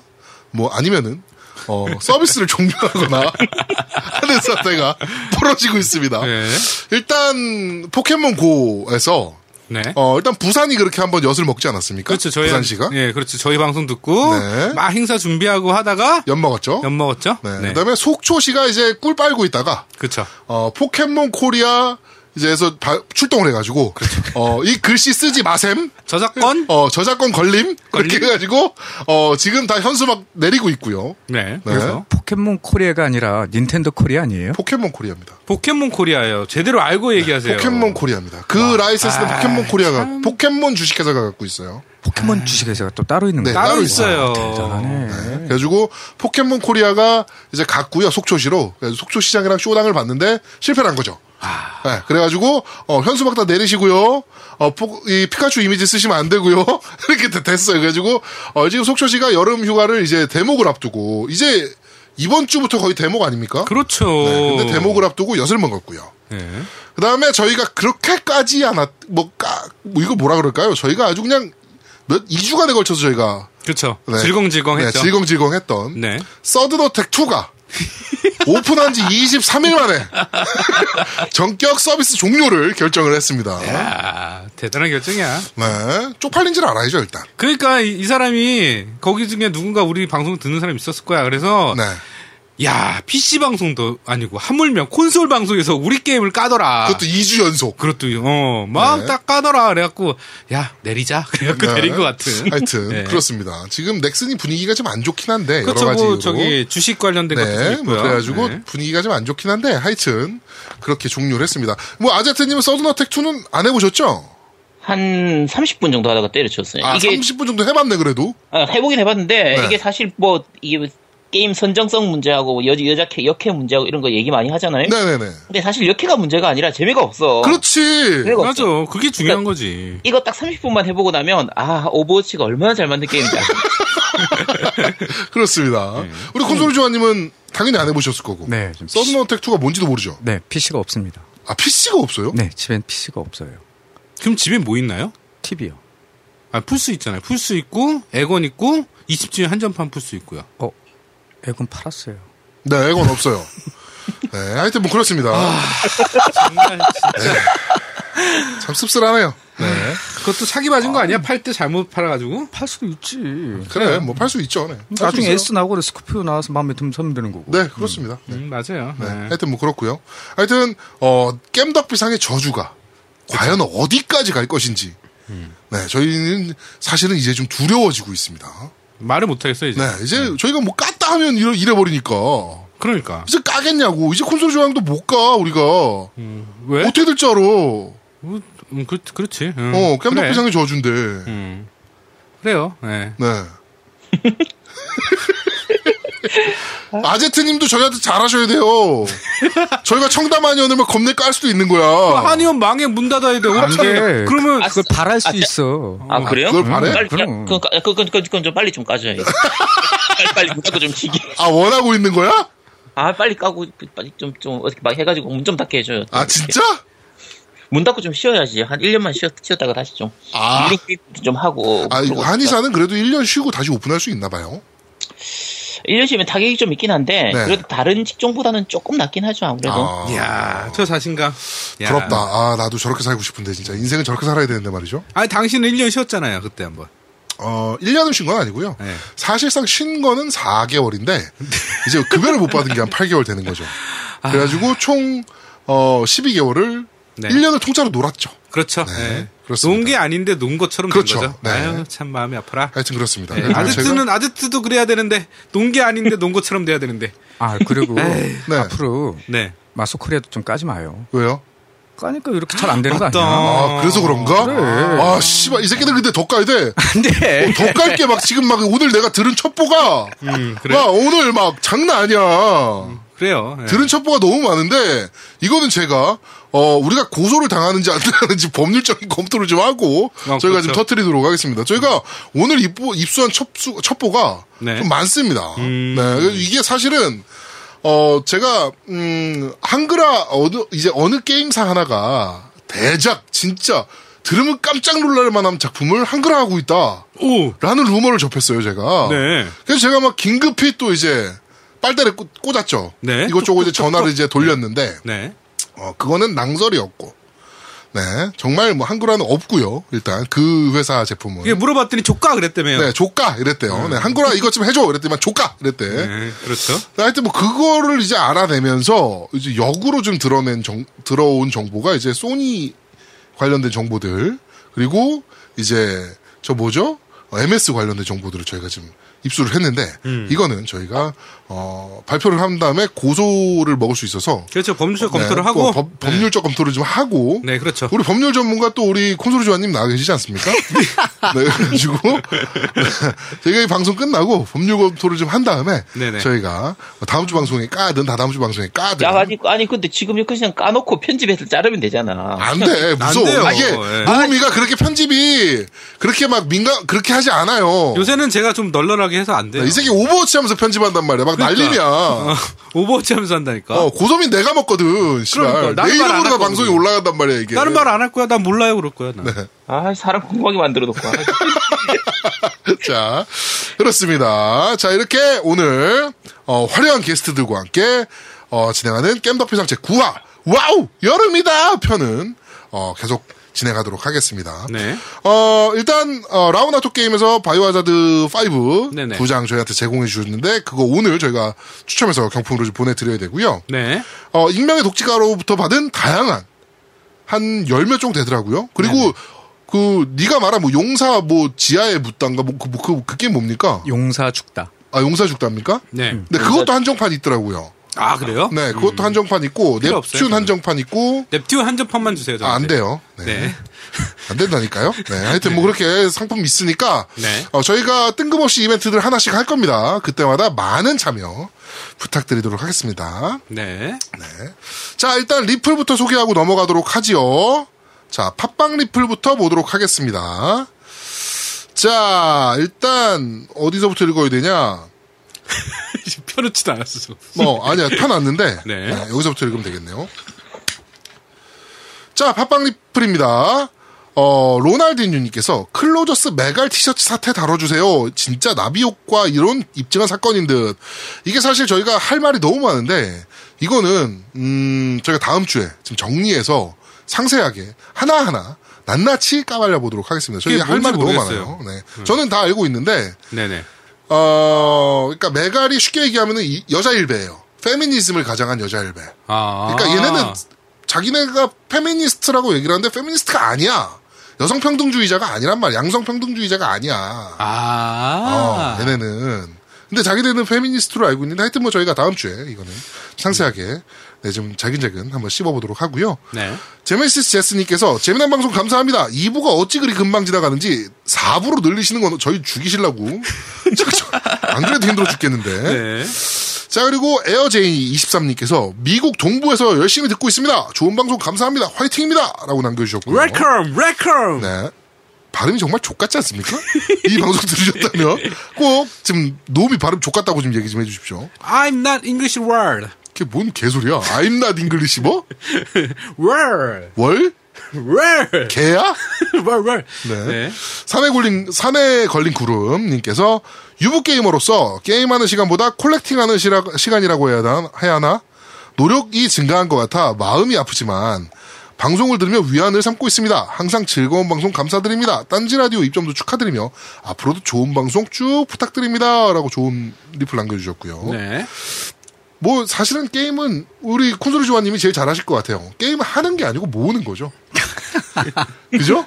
S1: 뭐 아니면은 어, 서비스를 종료하거나 하는 사태가 벌어지고 있습니다.
S2: 네.
S1: 일단 포켓몬 고에서
S2: 네.
S1: 어, 일단 부산이 그렇게 한번 엿을 먹지 않았습니까?
S2: 그렇죠. 저희
S1: 부산시가
S2: 예, 그렇죠. 저희 방송 듣고
S1: 네.
S2: 막 행사 준비하고 하다가
S1: 엿 먹었죠.
S2: 엿 먹었죠?
S1: 네.
S2: 네.
S1: 그다음에 속초시가 이제 꿀 빨고 있다가
S2: 그렇죠.
S1: 어, 포켓몬 코리아 이제에서 바- 출동을 해가지고 어, 이 글씨 쓰지 마셈
S2: 저작권?
S1: 어, 저작권 걸림? 그렇게
S2: 걸림?
S1: 해가지고, 어, 지금 다 현수 막 내리고 있고요.
S2: 네. 그래서
S4: 포켓몬 코리아가 아니라 닌텐도 코리아 아니에요?
S1: 포켓몬 코리아입니다.
S2: 포켓몬 코리아예요. 제대로 알고 얘기하세요.
S1: 포켓몬 코리아입니다. 그 라이센스는 포켓몬 코리아가, 포켓몬 주식회사가 갖고 있어요.
S4: 포켓몬 주식회사가 또 따로 있는
S1: 네,
S4: 거예요.
S2: 아.
S4: 아.
S2: 따로
S1: 따로
S2: 있어요.
S4: 대단하네.
S1: 음. 그래가지고, 포켓몬 코리아가 이제 갔고요, 속초시로. 그래서 속초시장이랑 쇼당을 봤는데, 실패를 한 거죠.
S2: 아.
S1: 네, 그래가지고, 어, 현수막 다 내리시고요. 어, 포- 이 피카츄 이미지 쓰시면 안 되고요. 이렇게 다 됐어요. 그래가지고, 어, 지금 속초시가 여름 휴가를 이제 대목을 앞두고, 이제 이번 주부터 거의 대목 아닙니까?
S2: 그렇죠.
S1: 네, 근데 대목을 앞두고 엿을 먹었고요.
S2: 네.
S1: 그 다음에 저희가 그렇게까지 않았, 뭐, 까, 뭐, 이거 뭐라 그럴까요? 저희가 아주 그냥 몇, 2주간에 걸쳐서 저희가.
S2: 그렇죠.
S1: 네.
S2: 질겅질겅했죠.
S1: 네, 질겅질겅 했던.
S2: 네.
S1: 서든어택 2가 오픈한 지 23일 만에 전격 서비스 종료를 결정을 했습니다.
S2: 아, 대단한 결정이야.
S1: 네. 쪽팔린 줄 알아야죠, 일단.
S2: 그러니까 이, 이 사람이 거기 중에 누군가 우리 방송 듣는 사람이 있었을 거야. 그래서
S1: 네.
S2: 야, PC 방송도 아니고 하물며 콘솔 방송에서 우리 게임을 까더라.
S1: 그것도 2주 연속.
S2: 그것도 어, 막
S1: 네.
S2: 딱 까더라. 그래갖고 야, 내리자. 그래갖고
S1: 네.
S2: 내린 것 같은.
S1: 하여튼,
S2: 네.
S1: 그렇습니다. 지금 넥슨이 분위기가 좀 안 좋긴 한데,
S2: 그렇죠.
S1: 여러 가지로.
S2: 뭐 저기 주식 관련된 것도
S1: 네,
S2: 있고요.
S1: 뭐 그래가지고
S2: 네.
S1: 분위기가 좀 안 좋긴 한데 하여튼 그렇게 종료를 했습니다. 뭐 아제트님은 서든어택 2는 안 해보셨죠?
S3: 한 30분 정도 하다가 때려쳤어요.
S1: 아, 30분 정도 해봤네 그래도.
S3: 아, 해보긴 해봤는데
S1: 네.
S3: 이게 사실 뭐 이게 게임 선정성 문제하고 뭐 여, 여자 캐- 역캐 문제하고 이런 거 얘기 많이 하잖아요.
S1: 네네네.
S3: 근데 사실 역캐가 문제가 아니라 재미가 없어.
S1: 그렇지.
S3: 재미가
S2: 맞아.
S3: 없어.
S2: 그게 중요한 거지.
S3: 이거 딱 30분만 해보고 나면 아 오버워치가 얼마나 잘 만든 게임이다.
S1: 그렇습니다.
S2: 네.
S1: 우리 콘솔
S2: 음.
S1: 조아님은 당연히 안 해보셨을 거고.
S4: 네, 좀
S1: 서든어택 2가 뭔지도 모르죠.
S4: 네, PC가 없습니다.
S1: 아 PC가 없어요?
S4: 네, 집엔 PC가 없어요.
S2: 그럼 집에 뭐 있나요?
S4: TV요.
S2: 아, 풀스 있잖아요. 풀스 있고, 에건 있고, 20주년 한정판 풀스 있고요.
S4: 어, 에건 팔았어요.
S1: 네, 이건 없어요. 네, 하여튼 뭐 그렇습니다. 네.
S2: 정말
S1: 참 씁쓸하네요. 네.
S2: 그것도 사기 맞은 거 아니야? 팔 때 잘못 팔아가지고?
S4: 팔 수도 있지.
S1: 그래, 뭐 팔 수 있죠. 네. 팔수
S4: 나중에
S1: 있어요.
S4: S 나오고 스코피오 나와서 마음에 들면 사면 되는 거고.
S1: 네, 그렇습니다.
S2: 음, 맞아요.
S1: 네.
S2: 네.
S1: 하여튼 뭐 그렇고요. 하여튼 어 겜덕비상의 저주가 과연 어디까지 갈 것인지. 네, 저희는 사실은 이제 좀 두려워지고 있습니다.
S2: 말을 못하겠어요, 이제.
S1: 네, 이제 저희가 뭐 깠다 하면 이래, 이래버리니까.
S2: 그러니까.
S1: 이제 까겠냐고. 이제 콘솔 조항도 못 까, 우리가.
S2: 왜?
S1: 어떻게 될 줄 알아.
S2: 음, 음, 그, 그렇지. 음,
S1: 어,
S2: 그래.
S1: 겜덕비상의 저주인데.
S2: 음. 그래요. 네.
S1: 네. 아제트님도 저희한테 잘하셔야 돼요. 저희가 청담 아니오면 겁내 깔 수도 있는 거야.
S2: 한의원 망해 문 닫아야 돼.
S4: 안
S2: 어떻게?
S4: 돼.
S2: 그러면
S3: 아,
S4: 그걸 바랄 수 있어.
S3: 아 그래요?
S1: 그걸 바래?
S3: 빨리
S4: 그럼.
S3: 그냥 그건 까- 그건 그건 그건 좀 빨리 좀 까줘요. 이거. 빨리 빨리 문 닫고 좀 쉬게.
S1: 아 원하고 있는 거야?
S3: 아 빨리 까고 그, 빨리 좀 좀 어떻게 막 해가지고 문 좀 닫게 해줘요. 예,
S1: 아 진짜?
S3: 문 닫고 좀 쉬어야지. 한 1년만 쉬었, 쉬었다가 다시 좀
S1: 아,
S3: 일도 좀 하고.
S1: 아 이거 한의사는 그래도 1년 쉬고 다시 오픈할 수 있나 봐요.
S3: 1년 쉬면 타격이 좀 있긴 한데
S1: 네.
S3: 그래도 다른 직종보다는 조금 낫긴 하죠 아무래도.
S1: 아,
S2: 예. 야, 저 자신감. 야.
S1: 부럽다. 아 나도 저렇게 살고 싶은데 진짜 인생은 저렇게 살아야 되는데 말이죠.
S2: 아니 당신은 1년 쉬었잖아요, 그때 한번.
S1: 어 1년을 쉰 건 아니고요.
S2: 네.
S1: 사실상 쉰 거는 4개월인데 이제 급여를 못 받은 게 한 8개월 되는 거죠. 그래가지고 총 어, 12개월을
S2: 아. 네.
S1: 1년을 통째로 놀았죠.
S2: 그렇죠.
S1: 네,
S2: 네.
S1: 그렇습니다.
S2: 논 게 아닌데 논 것처럼
S1: 그렇죠.
S2: 된 거죠.
S1: 네. 그렇죠.
S2: 아유, 참 마음이 아프라.
S1: 하여튼 그렇습니다.
S2: 네,
S1: 그리고
S2: 아드트는 아드트도 그래야 되는데 논 게 아닌데 논 것처럼 돼야 되는데.
S4: 아 그리고
S1: 네.
S4: 앞으로
S2: 네.
S4: 마소코리아도 좀 까지 마요.
S1: 왜요?
S4: 까니까 이렇게 잘 안 되는 거
S2: 맞다.
S4: 아니야?
S2: 어.
S1: 아, 그래서 그런가? 아, 씨발, 이 새끼들 근데 더 까야
S2: 아,
S1: 돼. 어,
S4: 근데
S1: 더 깔게 막 지금 막 오늘 내가 들은 첩보가
S2: 네. 음, 그래.
S1: 막 오늘 막 장난 아니야.
S2: 그래요.
S1: 어.
S2: 예.
S1: 네. 들은 첩보가 너무 많은데 이거는 제가 어 우리가 고소를 당하는지 안 당하는지 법률적인 검토를 좀 하고
S2: 아,
S1: 저희가
S2: 그렇죠.
S1: 좀 터트리도록 하겠습니다. 저희가 오늘 입보, 입수한 첩수, 첩보가
S2: 네. 음.
S1: 좀 많습니다. 네, 이게 사실은 어 제가 음 한글화 어느 이제 어느 게임사 하나가 대작 진짜 들으면 깜짝 놀랄 만한 작품을 한글화하고 있다.
S2: 오.
S1: 라는 루머를 접했어요, 제가.
S2: 네.
S1: 그래서 제가 막 긴급히 또 이제 빨대를 꽂- 꽂았죠.
S2: 네.
S1: 이것저것 이제 전화를 이제 돌렸는데,
S2: 네.
S1: 어, 그거는 낭설이었고, 네. 정말 뭐 한글화는 없고요 일단 그 회사 제품은.
S2: 이게 물어봤더니 조까 그랬다며요.
S1: 네, 조까! 이랬대요. 네, 한글화 이것 좀 해줘! 이랬더니만 조까! 이랬대.
S2: 네, 그렇죠.
S1: 하여튼 뭐 그거를 이제 알아내면서 이제 역으로 좀 드러낸 정, 들어온 정보가 이제 소니 관련된 정보들 그리고 이제 저 뭐죠 어, MS 관련된 정보들을 저희가 지금 입수를 했는데
S2: 음.
S1: 이거는 저희가 어, 발표를 한 다음에 고소를 먹을 수 있어서 어.
S2: 그렇죠. 법률적
S1: 네,
S2: 검토를
S1: 또
S2: 하고.
S1: 법, 법률적 검토를 좀 하고
S2: 네, 그렇죠.
S1: 우리 법률 전문가 또 우리 콘솔 조아님 나와 계시지 않습니까? 네, 그래가지고 저희가 이 방송 끝나고 법률 검토를 좀 한 다음에
S2: 네네.
S1: 저희가 뭐 다음 주 방송에 까든 다다음 주 방송에 까든
S3: 야, 아니, 아니, 근데 지금 이거 그냥 까놓고 편집해서 자르면 되잖아.
S1: 안 돼. 무서워. 아,
S2: 돼요.
S1: 이게
S2: 예.
S1: 노우미가 그렇게 편집이 그렇게 막 민감 그렇게 하지 않아요.
S2: 요새는 제가 좀 널널하게 해서 안 돼요.
S1: 네,
S2: 어,
S1: 이 새끼 오버워치 하면서 편집한단 말이야.
S2: 그러니까.
S1: 막 난리야.
S2: 오버워치 하면서 한다니까.
S1: 어, 고소민 내가 먹거든.
S2: 그러니까.
S1: 씨발.
S2: 나는
S1: 내
S2: 말안
S1: 이름으로 다
S2: 할
S1: 방송이
S2: 거거든.
S1: 올라간단 말이야, 이게.
S2: 다른 말 안 할 거야. 난 몰라요. 그럴 거야. 나.
S1: 네.
S3: 아, 사람 궁금하게 만들어 놓고. 아,
S1: 자, 그렇습니다. 자, 이렇게 오늘, 어, 화려한 게스트들과 함께, 어, 진행하는 겜덕비상 제9화, 와우! 여름이다! 편은, 어, 계속 진행하도록 하겠습니다.
S2: 네.
S1: 어, 일단, 어, 라우나토 게임에서 바이오하자드 5
S2: 네네.
S1: 두 장 저희한테 제공해 주셨는데, 그거 오늘 저희가 추첨해서 경품으로 좀 보내드려야 되고요.
S2: 네.
S1: 어, 익명의 독지가로부터 받은 다양한 한 열 몇 종 되더라고요. 그리고 그 네가 말한 뭐 용사 뭐 지하에 묻단가 뭐그 뭐, 그, 그게 뭡니까?
S4: 용사 죽다.
S1: 아 용사 죽답니까?
S2: 네.
S1: 근데 그것도 한정판 있더라고요.
S2: 아, 그래요?
S1: 네, 그것도 한정판 있고
S2: 필요
S1: 넵튠
S2: 없어요, 그건.
S1: 한정판 있고
S2: 넵튠 한 점판만 주세요.
S1: 네. 아, 안
S2: 저한테.
S1: 돼요. 네.
S2: 네.
S1: 안 된다니까요. 네, 하여튼 뭐 그렇게 상품 있으니까
S2: 네.
S1: 어, 저희가 뜬금없이 이벤트들 하나씩 할 겁니다. 그때마다 많은 참여 부탁드리도록 하겠습니다.
S2: 네.
S1: 자, 일단 리플부터 소개하고 넘어가도록 하지요. 자, 팟빵 리플부터 보도록 하겠습니다. 자, 일단 어디서부터 읽어야 되냐?
S2: 펴놓지도 않았어.
S1: 뭐 아니야 펴놨는데
S2: 네.
S1: 네, 여기서부터 읽으면 되겠네요. 자, 팟빵 리플입니다. 어, 로날디뉴님께서 클로저스 메갈 티셔츠 사태 다뤄주세요. 진짜 나비 효과 이런 입증한 사건인 듯. 이게 사실 저희가 할 말이 너무 많은데 이거는 음, 저희가 다음 주에 지금 정리해서 상세하게 하나하나 낱낱이 까발려 보도록 하겠습니다. 저희
S2: 그게
S1: 할 말이
S2: 뭔지 음.
S1: 너무 많아요. 네. 저는 다 알고 있는데
S2: 네네.
S1: 어, 그러니까 메갈이 쉽게 얘기하면 여자 일배예요. 페미니즘을 가장한 여자 일배.
S2: 아.
S1: 그러니까 얘네는 자기네가 페미니스트라고 얘기를 하는데 페미니스트가 아니야. 여성 평등주의자가 아니란 말이야. 양성 평등주의자가 아니야.
S2: 아.
S1: 어, 얘네는. 근데 자기네는 페미니스트로 알고 있는데 하여튼 뭐 저희가 다음 주에 이거는 상세하게 네, 좀 자근자근 한번 씹어보도록 하고요.
S2: 네.
S1: 제메시스 제스님께서 재미난 방송 감사합니다. 2부가 어찌 그리 금방 지나가는지 4부로 늘리시는 건 저희 죽이시려고. 저- 저- 안 그래도 힘들어 죽겠는데.
S2: 네.
S1: 자, 그리고 에어제인23님께서 미국 동부에서 열심히 듣고 있습니다. 좋은 방송 감사합니다. 화이팅입니다. 라고 남겨주셨고요.
S2: 웰컴 웰컴.
S1: 네. 발음이 정말 족같지 않습니까? 이 방송 들으셨다면 꼭 지금 노미 발음 족같다고 좀 얘기 좀 해주십시오.
S2: I'm not English word.
S1: 그게 뭔 개소리야? I'm not English 뭐?
S2: Word.
S1: 월?
S2: Word.
S1: 개야?
S2: Word. Word.
S1: 네. 산에 걸린, 산에 걸린 구름님께서 유부게이머로서 게임하는 시간보다 콜렉팅하는 시라, 시간이라고 해야, 하나, 해야 하나? 노력이 증가한 것 같아 마음이 아프지만 방송을 들으며 위안을 삼고 있습니다. 항상 즐거운 방송 감사드립니다. 딴지라디오 입점도 축하드리며 앞으로도 좋은 방송 쭉 부탁드립니다. 라고 좋은 리플 남겨주셨고요.
S2: 네.
S1: 뭐 사실은 게임은 우리 콘솔이 조아님이 제일 잘하실 것 같아요. 게임을 하는 게 아니고 모으는 거죠. 그죠?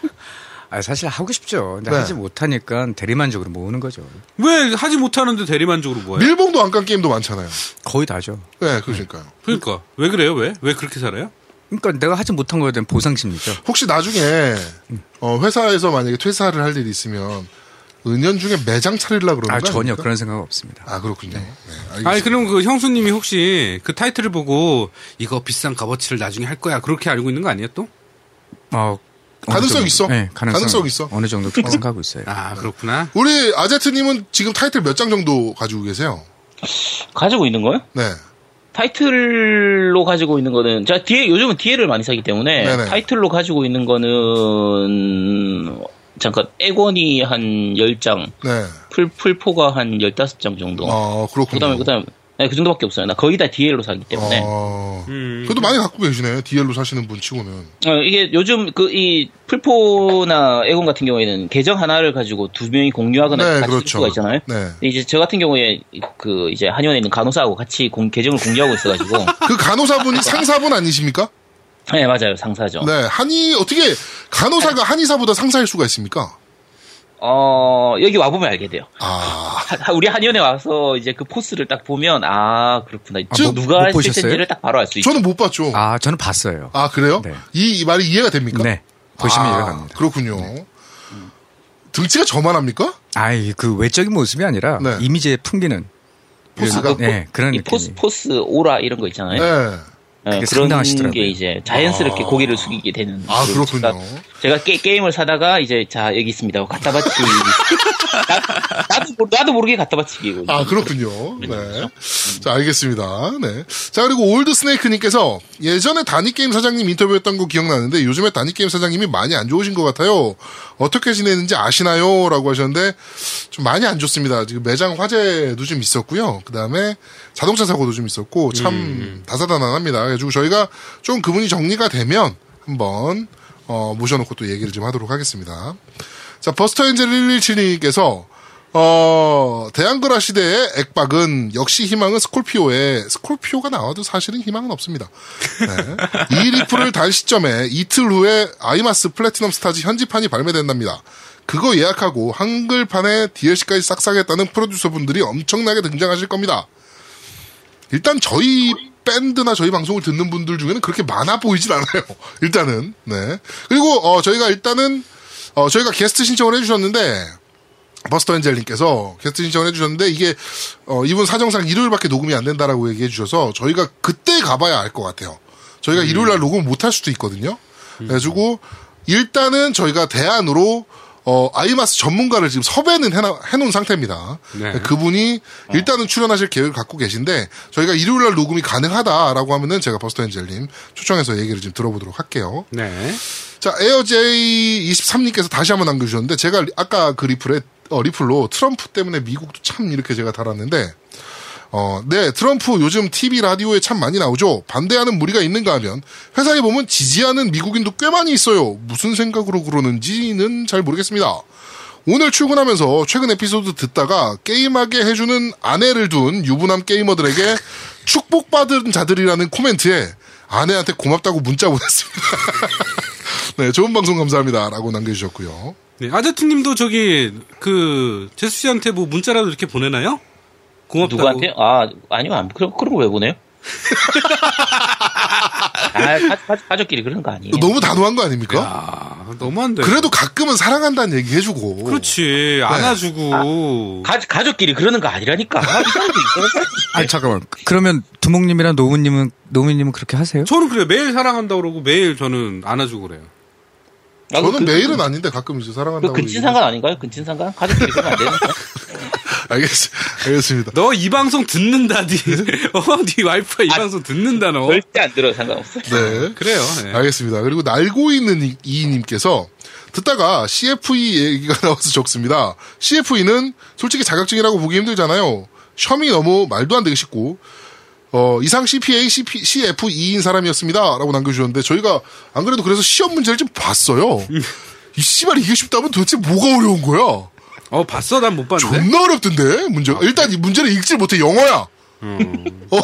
S4: 아, 사실 하고 싶죠. 근데
S1: 네.
S4: 하지 못하니까 대리만족으로 모으는 거죠.
S2: 왜 하지 못하는데 대리만족으로 뭐해?
S1: 밀봉도 안 깐 게임도 많잖아요.
S4: 거의 다죠.
S1: 네, 그러니까요.
S2: 그러니까 왜 그래요? 왜? 왜 그렇게 살아요?
S4: 그러니까 내가 하지 못한 거에 대한 보상심리죠.
S1: 혹시 나중에 어, 회사에서 만약에 퇴사를 할 일이 있으면 은연 중에 매장 차리려 그러는
S4: 아,
S1: 거
S4: 전혀
S1: 아닙니까?
S4: 그런 생각 없습니다.
S1: 아 그렇군요. 네. 알겠습니다.
S2: 아니 그럼 그 형수님이 혹시 그 타이틀을 보고 이거 비싼 값어치를 나중에 할 거야 그렇게 알고 있는 거 아니에요 또?
S4: 어, 어느
S1: 가능성
S4: 정도-
S1: 있어.
S4: 네, 가능성,
S1: 가능성 있어.
S4: 어느 정도 그렇게 생각하고 있어요.
S2: 아 그렇구나.
S1: 우리 아제트님은 지금 타이틀 몇 장 정도 가지고 계세요?
S3: 가지고 있는 거요?
S1: 네.
S3: 타이틀로 가지고 있는 거는 자 뒤에 요즘은 DL을 많이 사기 때문에
S1: 네네.
S3: 타이틀로 가지고 있는 거는 잠깐 액원이 한 10장,
S1: 네.
S3: 풀 풀포가 한 15장 정도.
S1: 아 그렇군요.
S3: 그다음에 그다음 네, 그 정도밖에 없어요. 나 거의 다 DL로 사기 때문에.
S1: 아,
S3: 네.
S2: 음.
S1: 그래도 많이 갖고 계시네. DL로 사시는 분 치고는.
S3: 어, 이게 요즘 그 이 풀포나 에곤 같은 경우에는 계정 하나를 가지고 두 명이 공유하거나
S1: 네,
S3: 같이 쓸
S1: 그렇죠.
S3: 수가 있잖아요.
S1: 네.
S3: 근데 이제 저 같은 경우에 그 이제 한의원에 있는 간호사하고 같이 공- 계정을 공유하고 있어가지고
S1: 그 간호사분이 상사분 아니십니까?
S3: 네 맞아요 상사죠.
S1: 네. 한의 어떻게
S3: 네.
S1: 간호사가 한의사보다 상사일 수가 있습니까?
S3: 어 여기 와 보면 알게 돼요.
S1: 아
S3: 하- 하- 우리 한의원에 와서 이제 그 포스를 딱 보면 아 그렇구나.
S4: 뭐-
S3: 누가
S4: 못
S3: 할 수
S4: 보셨어요?
S3: 있는지를 딱 바로 알 수 있죠.
S1: 저는 못 봤죠. 아,
S4: 아, 저는 봤어요.
S1: 그래요?
S4: 네.
S1: 이, 이 말이 이해가 됩니까?
S4: 네. 보시면
S1: 아,
S4: 이해가 갑니다. 네.
S1: 그렇군요. 등치가 저만합니까?
S4: 아이, 그 외적인 모습이 아니라
S1: 네.
S4: 이미지에 풍기는
S1: 포스가?
S4: 네, 그런
S3: 이
S4: 느낌이.
S3: 포스 포스 오라 이런 거
S1: 네.
S3: 있잖아요. 네,
S4: 그게
S3: 그런
S4: 상당하시더라고요. 아.
S3: 게 이제 자연스럽게 고개를 숙이게 되는.
S1: 아,
S3: 그
S1: 그렇군요.
S3: 제가, 제가 게, 임을 사다가 이제 자 여기 있습니다. 하고 갖다 바치기. 나, 도 나도 모르게 갖다 바치기.
S1: 아, 그렇군요. 네. 자, 알겠습니다. 네. 자, 그리고 올드 스네이크님께서 예전에 단위게임 사장님 인터뷰했던 거 기억나는데 요즘에 단위게임 사장님이 많이 안 좋으신 것 같아요. 어떻게 지내는지 아시나요? 라고 하셨는데 좀 많이 안 좋습니다. 지금 매장 화재도 좀 있었고요. 그 다음에 자동차 사고도 좀 있었고 참 다사다난합니다. 그래가지고 저희가 좀 그분이 정리가 되면 한번 어, 모셔놓고 또 얘기를 좀 하도록 하겠습니다. 자, 버스터 엔젤 117님께서 어, 대한거라 시대의 액박은 역시 희망은 스콜피오에 스콜피오가 나와도 사실은 희망은 없습니다. 네. 이 리플을 단 시점에 이틀 후에 아이마스 플래티넘 스타즈 현지판이 발매된답니다. 그거 예약하고 한글판에 DLC까지 싹싹했다는 프로듀서분들이 엄청나게 등장하실 겁니다. 일단 저희 밴드나 저희 방송을 듣는 분들 중에는 그렇게 많아 보이진 않아요. 일단은 네 그리고 어, 저희가 일단은 어, 저희가 게스트 신청을 해주셨는데 버스터 엔젤님께서 게스트 신청을 해주셨는데 이게 어, 이분 사정상 일요일밖에 녹음이 안 된다라고 얘기해 주셔서 저희가 그때 가봐야 알 것 같아요. 저희가 일요일 날 녹음 못 할 수도 있거든요. 그래가지고 일단은 저희가 대안으로 어, 아이마스 전문가를 지금 섭외는 해놔, 해놓은 상태입니다.
S2: 네.
S1: 그분이 일단은 출연하실 계획을 갖고 계신데 저희가 일요일 날 녹음이 가능하다라고 하면은 제가 버스터 엔젤님 초청해서 얘기를 좀 들어보도록 할게요.
S2: 네.
S1: 자, 에어제이23님께서 다시 한번 남겨주셨는데, 제가 리- 아까 그 리플에, 어, 리플로 트럼프 때문에 미국도 참 이렇게 제가 달았는데, 어, 네, 트럼프 요즘 TV 라디오에 참 많이 나오죠. 반대하는 무리가 있는가 하면, 회사에 보면 지지하는 미국인도 꽤 많이 있어요. 무슨 생각으로 그러는지는 잘 모르겠습니다. 오늘 출근하면서 최근 에피소드 듣다가 게임하게 해주는 아내를 둔 유부남 게이머들에게 축복받은 자들이라는 코멘트에 아내한테 고맙다고 문자 보냈습니다. 네, 좋은 방송 감사합니다. 라고 남겨주셨고요.
S2: 네. 아제트님도 저기 그 제수 씨한테 뭐 문자라도 이렇게 보내나요? 고맙다고.
S3: 누구한테? 아 아니요 안- 그런 그런 거 왜 보내요? 아, 가, 가, 가족끼리 그런 거
S2: 예.
S3: 아니에요?
S1: 너무 단호한 거 아닙니까?
S2: 아, 너무한데.
S1: 그래도 네. 가끔은 사랑한다는 얘기 해주고.
S2: 그렇죠. 그렇지. 안아주고.
S3: 가, 가족끼리 그러는 거 아니라니까. 이 사람들이 그런 거
S4: 아 잠깐만.
S3: 예.
S4: 그러면 두목님이랑 노우님은 노우님은 그렇게 하세요?
S2: 저는 그래. 매일 사랑한다 그러고 매일 저는 안아주고 그래요.
S3: 아,
S1: 저는
S3: 그-
S1: 매일은 아닌데 가끔 이제
S3: 그
S1: 사랑한다고.
S3: 근친상간 아닌가요? 근친상간? 가족끼리 그러면 안 되는 거야?
S1: 어? 얘기해서. 알겠, 알겠습니다.
S2: 너 이 방송 듣는다, 니. 어, 니 와이프가 이
S3: 아,
S2: 방송 듣는다, 너.
S3: 절대 안 들어요, 상관없어.
S1: 네.
S2: 그래요. 예.
S1: 알겠습니다. 그리고 날고 있는 이님께서 듣다가 CFE 얘기가 나와서 적습니다. CFE는 솔직히 자격증이라고 보기 힘들잖아요. 셔이 너무 말도 안 되게 쉽고 어, 이상 CPA, CP, CFE인 사람이었습니다. 라고 남겨주셨는데 저희가 안 그래도 그래서 시험 문제를 좀 봤어요. 이 씨발 이게 쉽다면 도대체 뭐가 어려운 거야?
S2: 어, 봤어? 난 못 봤는데.
S1: 존나 어렵던데
S4: 아,
S1: 문제가
S4: 네.
S1: 일단 이 문제를 읽질 못해 영어야.
S4: 음.
S1: 어,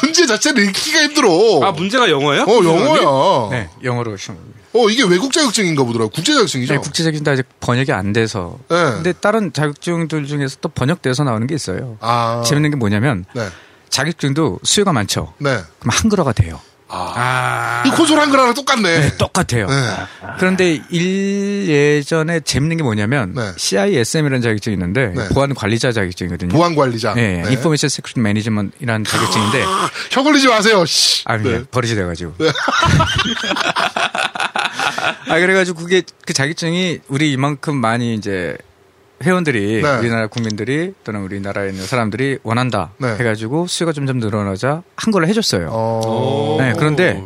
S1: 문제 자체를 읽기가 힘들어.
S2: 아, 문제가 영어예요?
S1: 어 영어야.
S4: 네, 영어로 시험.
S1: 어, 이게 외국 자격증인가 보더라. 국제 자격증이죠.
S4: 네, 국제적인 다 아직 번역이 안 돼서.
S1: 네.
S4: 근데 다른 자격증들 중에서 또 번역돼서 나오는 게 있어요.
S1: 아.
S4: 재밌는 게 뭐냐면
S1: 네.
S4: 자격증도 수요가 많죠.
S1: 네.
S4: 그럼 한글화가 돼요.
S2: 아.
S1: 이 콘솔 한글하랑 똑같네.
S4: 네, 똑같아요.
S1: 네.
S4: 그런데 일 예전에 재밌는 게 뭐냐면
S1: 네.
S4: CISM이라는 자격증이 있는데
S1: 네.
S4: 보안 관리자 자격증이거든요.
S1: 보안 관리자.
S4: 네, Information Security Management이라는 자격증인데
S1: 혀 걸리지 마세요. 씨.
S4: 아,
S1: 네.
S4: 네. 버릇이 돼가지고. 아, 그래가지고 그게 그 자격증이 우리 이만큼 많이 이제 회원들이
S1: 네.
S4: 우리나라 국민들이 또는 우리나라에 있는 사람들이 원한다
S1: 네.
S4: 해가지고 수요가 점점 늘어나자 한 걸로 해줬어요.
S1: 어.
S4: 네, 그런데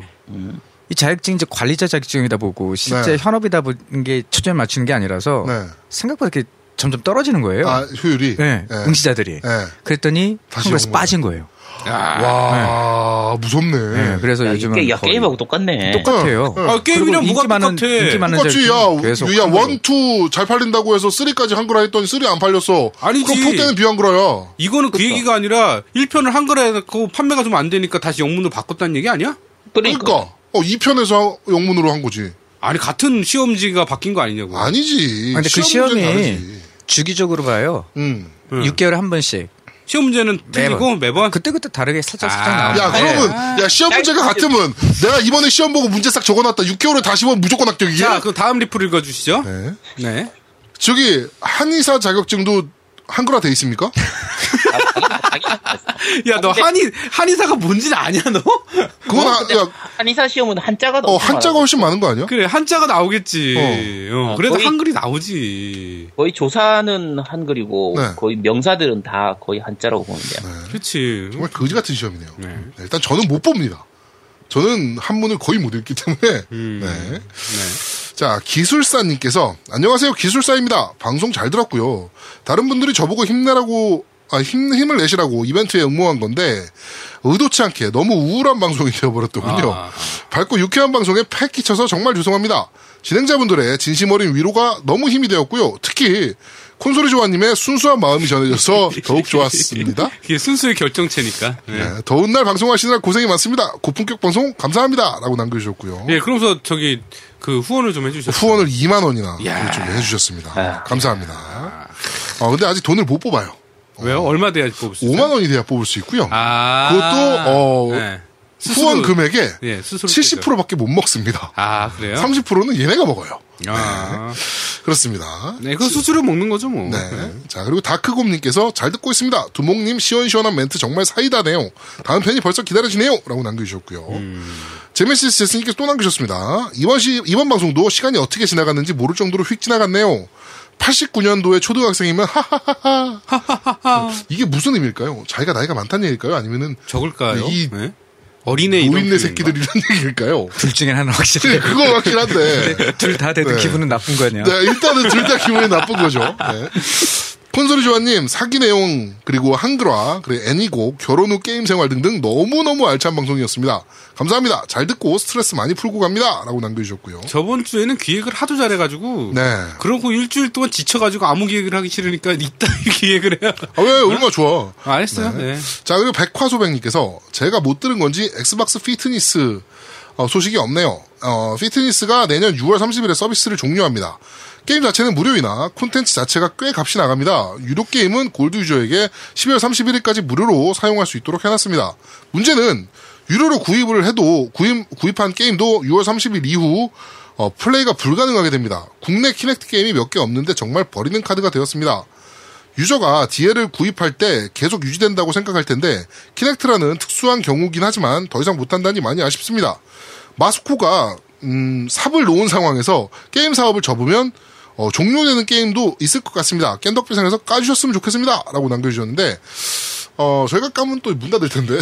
S4: 이 자격증이 이제 관리자 자격증이다 보고 실제
S1: 네.
S4: 현업이다 보는 게 초점을 맞추는 게 아니라서
S1: 네.
S4: 생각보다 이렇게 점점 떨어지는 거예요.
S1: 아, 효율이.
S4: 네, 응시자들이.
S1: 네.
S4: 그랬더니
S1: 다시
S4: 한국에서
S1: 영어로.
S4: 빠진 거예요.
S1: 와, 무섭네.
S4: 아, 네, 그래서
S3: 야,
S4: 요즘은
S3: 이게 야,
S4: 거의
S3: 게임하고 똑같네.
S4: 똑같아요.
S1: 네.
S2: 아, 게임이랑
S4: 그리고
S2: 뭐가
S4: 인기 많은-
S2: 똑같아.
S4: 인기 많은
S1: 똑같지, 야.
S4: 제품 계속 그
S1: 야,
S4: 하는
S1: 원, 투, 잘 팔린다고 해서 쓰리까지 한글화 했더니 쓰리 안 팔렸어.
S2: 아니지.
S1: 그럼 포 때는 비한글화야.
S2: 이거는 그 얘기가 아니라 1편을 한글화 해놓고 판매가 좀 안 되니까 다시 영문으로 바꿨다는 얘기 아니야?
S3: 그러니까.
S1: 그러니까. 어, 2편에서 영문으로 한 거지.
S2: 아니, 같은 시험지가 바뀐 거 아니냐고.
S1: 아니지.
S4: 아, 근데 그
S1: 시험 문제는
S4: 시험이
S1: 다르지.
S4: 주기적으로 봐요.
S1: 음.
S2: 응.
S4: 6개월에 한 번씩.
S2: 시험 문제는 틀리고 매번.
S4: 그때그때 다르게 살짝 살짝
S2: 아.
S4: 나와요.
S1: 야, 그러면, 야, 시험 문제가 같으면, 내가 이번에 시험 보고 문제 싹 적어놨다. 6개월에 다시 보면 무조건 합격이야?
S2: 자, 그 다음 리플 읽어주시죠.
S1: 네.
S2: 네.
S1: 저기, 한의사 자격증도 한글화 돼 있습니까? 그러니까.
S3: 아,
S2: 야, 너 한의, 한의사가 뭔지 아냐, 너?
S1: 그건,
S2: 뭐?
S1: 아, 야,
S3: 한의사 시험은 한자가
S1: 어,
S3: 너무
S1: 한자가
S3: 많아서
S1: 훨씬 많은 거 아니야?
S2: 그래, 한자가 나오겠지. 어,
S3: 어,
S2: 그래도
S3: 거의-
S2: 한글이 나오지.
S3: 거의 조사는 한글이고
S1: 네.
S3: 거의 명사들은 다 거의 한자라고 보는데
S2: 네.
S3: 요
S2: 그렇지.
S1: 정말 거지 같은 시험이네요.
S2: 네.
S1: 네, 일단 저는 못 봅니다. 저는 한문을 거의 못 읽기 때문에. 네.
S2: 음. 네.
S1: 자, 기술사님께서, 안녕하세요. 기술사입니다. 방송 잘 들었고요. 다른 분들이 저보고 힘내라고, 아, 힘, 힘을 내시라고 이벤트에 응모한 건데, 의도치 않게 너무 우울한 방송이 되어버렸더군요.
S2: 아.
S1: 밝고 유쾌한 방송에 팩 끼쳐서 정말 죄송합니다. 진행자분들의 진심 어린 위로가 너무 힘이 되었고요. 특히, 콘솔이 조아님의 순수한 마음이 전해져서 더욱 좋았습니다.
S2: 그게 순수의 결정체니까. 네.
S1: 네, 더운 날 방송하시느라 고생이 많습니다. 고품격 방송 감사합니다. 라고 남겨주셨고요.
S2: 예, 그러면서 저기, 그 후원을 좀 해주셨어요.
S1: 후원을 2만 원이나
S2: 야.
S1: 이쪽에 해주셨습니다.
S3: 아.
S1: 감사합니다. 어, 근데 아직 돈을 못 뽑아요.
S2: 왜요? 얼마 돼야 뽑을 수 있어요?
S1: 5만 원이 돼야 뽑을 수 있고요.
S2: 아. 네.
S1: 그것도, 어,
S2: 스스로-
S1: 후원 금액의
S2: 예, 스스로. 떼죠.
S1: 70%밖에 못 먹습니다.
S2: 아, 그래요?
S1: 30%는 얘네가 먹어요.
S2: 아.
S1: 그렇습니다.
S2: 네, 그거 수수료 먹는 거죠, 뭐.
S1: 네. 자, 그리고 다크곰님께서 잘 듣고 있습니다. 두목님 시원시원한 멘트 정말 사이다네요. 다음 편이 벌써 기다려지네요. 라고 남겨주셨고요.
S2: 음.
S1: 제메시스님께서 또 남겨주셨습니다. 이번 시, 이번 방송도 시간이 어떻게 지나갔는지 모를 정도로 휙 지나갔네요. 89년도에 초등학생이면 하하하하. 이게 무슨 의미일까요? 자기가 나이가 많다는 얘기일까요? 아니면은
S2: 적을까요?
S1: 이
S2: 네? 어린애 이런
S1: 노인네
S2: 표현인가?
S1: 새끼들이라는 얘기일까요?
S4: 둘 중에 하나 확실해.
S1: 네, 그건 확실한 데
S4: 둘 다 돼도
S1: 네.
S4: 기분은 나쁜 거 아니야.
S1: 네, 일단은 둘 다 기분이 나쁜 거죠. 네. 콘솔이 조아님 사기 내용 그리고 한글화 그리고 애니고 결혼 후 게임 생활 등등 너무너무 알찬 방송이었습니다. 감사합니다. 잘 듣고 스트레스 많이 풀고 갑니다라고 남겨주셨고요.
S2: 저번 주에는 기획을 하도 잘해가지고.
S1: 네.
S2: 그러고 일주일 동안 지쳐가지고 아무 기획을 하기 싫으니까 이따 기획을 해야.
S1: 아, 왜 얼마나 좋아?
S2: 아, 알았어요. 네.
S1: 자 그리고 백화소백님께서 제가 못 들은 건지 엑스박스 피트니스 어, 소식이 없네요. 어, 피트니스가 내년 6월 30일에 서비스를 종료합니다. 게임 자체는 무료이나 콘텐츠 자체가 꽤 값이 나갑니다. 유료 게임은 골드 유저에게 12월 31일까지 무료로 사용할 수 있도록 해놨습니다. 문제는 유료로 구입을 해도 구입, 구입한 게임도 6월 30일 이후 어, 플레이가 불가능하게 됩니다. 국내 키넥트 게임이 몇 개 없는데 정말 버리는 카드가 되었습니다. 유저가 DL을 구입할 때 계속 유지된다고 생각할 텐데 키넥트라는 특수한 경우긴 하지만 더 이상 못한다니 많이 아쉽습니다. 마스코가 음, 삽을 놓은 상황에서 게임 사업을 접으면 어, 종료되는 게임도 있을 것 같습니다. 깬덕비상에서 까주셨으면 좋겠습니다. 라고 남겨주셨는데 어, 저희가 까면 또 문 닫을 텐데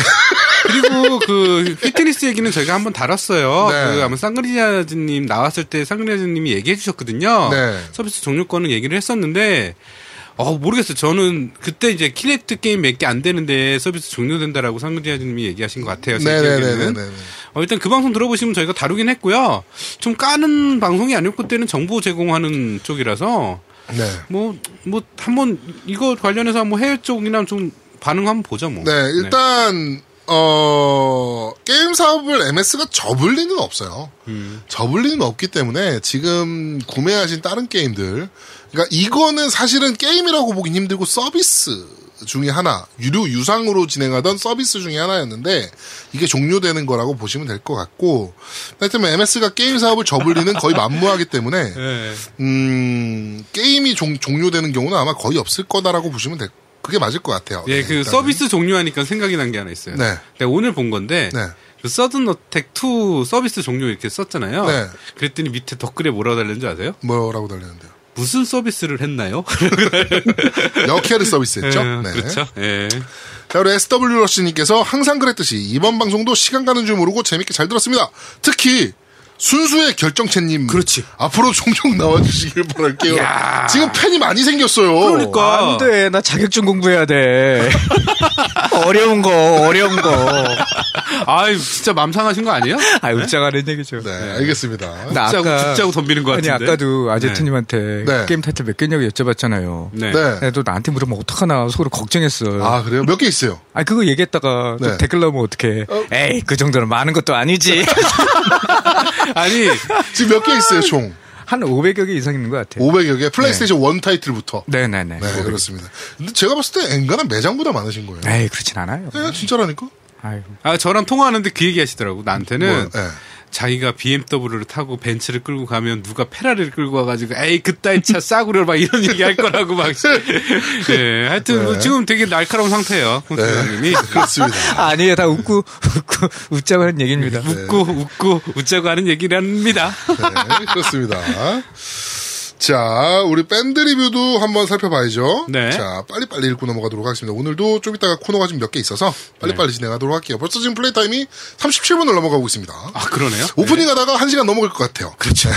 S2: 그리고 그 피트니스 얘기는 저희가 한번 다뤘어요.
S1: 네.
S2: 그 아마 쌍그리아즈님 나왔을 때 쌍그리아즈님이 얘기해 주셨거든요.
S1: 네.
S2: 서비스 종료권을 얘기를 했었는데 어 모르겠어요. 저는 그때 이제 키넥트 게임 몇 개 안 되는데 서비스 종료된다라고 쌍그리아즈님이 얘기하신 것 같아요. 제 기억에는.
S1: 네네네네네.
S2: 어, 일단 그 방송 들어보시면 저희가 다루긴 했고요. 좀 까는 방송이 아니었고 때는 정보 제공하는 쪽이라서
S1: 네.
S2: 뭐 뭐 한번 이거 관련해서 뭐 해외 쪽이나 좀 반응 한번 보죠 뭐.
S1: 네, 일단 어 게임 사업을 MS가 접을 리는 없어요.
S2: 음.
S1: 접을 리는 없기 때문에 지금 구매하신 다른 게임들, 그러니까 이거는 사실은 게임이라고 보긴 힘들고 서비스 중에 하나, 유료 유상으로 진행하던 서비스 중에 하나였는데 이게 종료되는 거라고 보시면 될 것 같고, 하여튼 MS가 게임 사업을 접을 리는 거의 만무하기 때문에
S2: 네.
S1: 음 게임이 종, 종료되는 경우는 아마 거의 없을 거다라고 보시면 될. 그게 맞을 것 같아요. 네,
S2: 예, 그
S1: 일단은.
S2: 서비스 종료하니까 생각이 난 게 하나 있어요.
S1: 네.
S2: 내가 오늘 본 건데
S1: 네.
S2: 그 서든 어택 2 서비스 종료 이렇게 썼잖아요.
S1: 네.
S2: 그랬더니 밑에 댓글에 뭐라고 달렸는지 아세요?
S1: 뭐라고 달렸는데요?
S2: 무슨 서비스를 했나요?
S1: 역캐리 서비스였죠.
S2: 예,
S1: 네.
S2: 그렇죠. 예.
S1: 자, 우리 SW 러시님께서 항상 그랬듯이 이번 방송도 시간 가는 줄 모르고 재밌게 잘 들었습니다. 특히 순수의 결정체님.
S2: 그렇지.
S1: 앞으로 종종 나와주시길 바랄게요. 지금 팬이 많이 생겼어요.
S2: 그러니까.
S4: 안 돼. 나 자격증 공부해야 돼. 어려운 거, 어려운 거.
S2: 아이, 진짜 맘 상하신 거 아니에요?
S4: 아, 웃자가는 얘기죠.
S1: 네, 알겠습니다.
S4: 나
S2: 웃자고, 웃자고 덤비는 것
S4: 아니,
S2: 같은데.
S4: 아까도 아제트님한테
S1: 네.
S4: 게임 타이틀 몇 개냐고 여쭤봤잖아요.
S2: 네.
S1: 네.
S4: 야, 너 나한테 물으면 어떡하나 속으로 걱정했어. 아,
S1: 아, 그래요? 몇 개 있어요.
S4: 니 그거 얘기했다가 또
S1: 네.
S4: 댓글 나오면 어떡해. 에이, 그 정도는 많은 것도 아니지.
S2: 아니,
S1: 지금 몇 개 있어요, 총?
S4: 한 500여 개 이상 있는 것
S2: 네.
S4: 같아.
S1: 500여 개. 플레이스테이션 원 타이틀부터.
S4: 네네네.
S1: 네, 그렇습니다. 근데 제가 봤을 때 엔간한 매장보다 많으신 거예요.
S4: 에이, 그렇진 않아요.
S1: 네, 진짜라니까?
S4: 아유.
S2: 아, 저랑 통화하는데 그 얘기 하시더라고.
S1: 뭐요?
S2: 나한테는
S1: 예.
S2: 자기가 BMW를 타고 벤츠를 끌고 가면 누가 페라리를 끌고 와가지고 에이 그따위 차 싸구려 막 이런 얘기 할 거라고 막. 예, 하여튼
S1: 네.
S2: 뭐 지금 되게 날카로운 상태예요. 홍수장님이
S1: 그렇습니다.
S4: 아니에요. 네. 다 웃고, 웃고, 웃자고 하는 얘기입니다.
S2: 웃고 웃고 웃자고 하는 얘기랍니다.
S1: 네, 그렇습니다. 자, 우리 밴드 리뷰도 한번 살펴봐야죠.
S2: 네.
S1: 자, 빨리빨리 읽고 넘어가도록 하겠습니다. 오늘도 좀 이따가 코너가 지금 몇 개 있어서
S2: 네.
S1: 빨리빨리 진행하도록 할게요. 벌써 지금 플레이 타임이 37분을 넘어가고 있습니다.
S2: 아 그러네요.
S1: 오프닝 하다가 1시간 넘어갈 것 같아요. 그렇죠.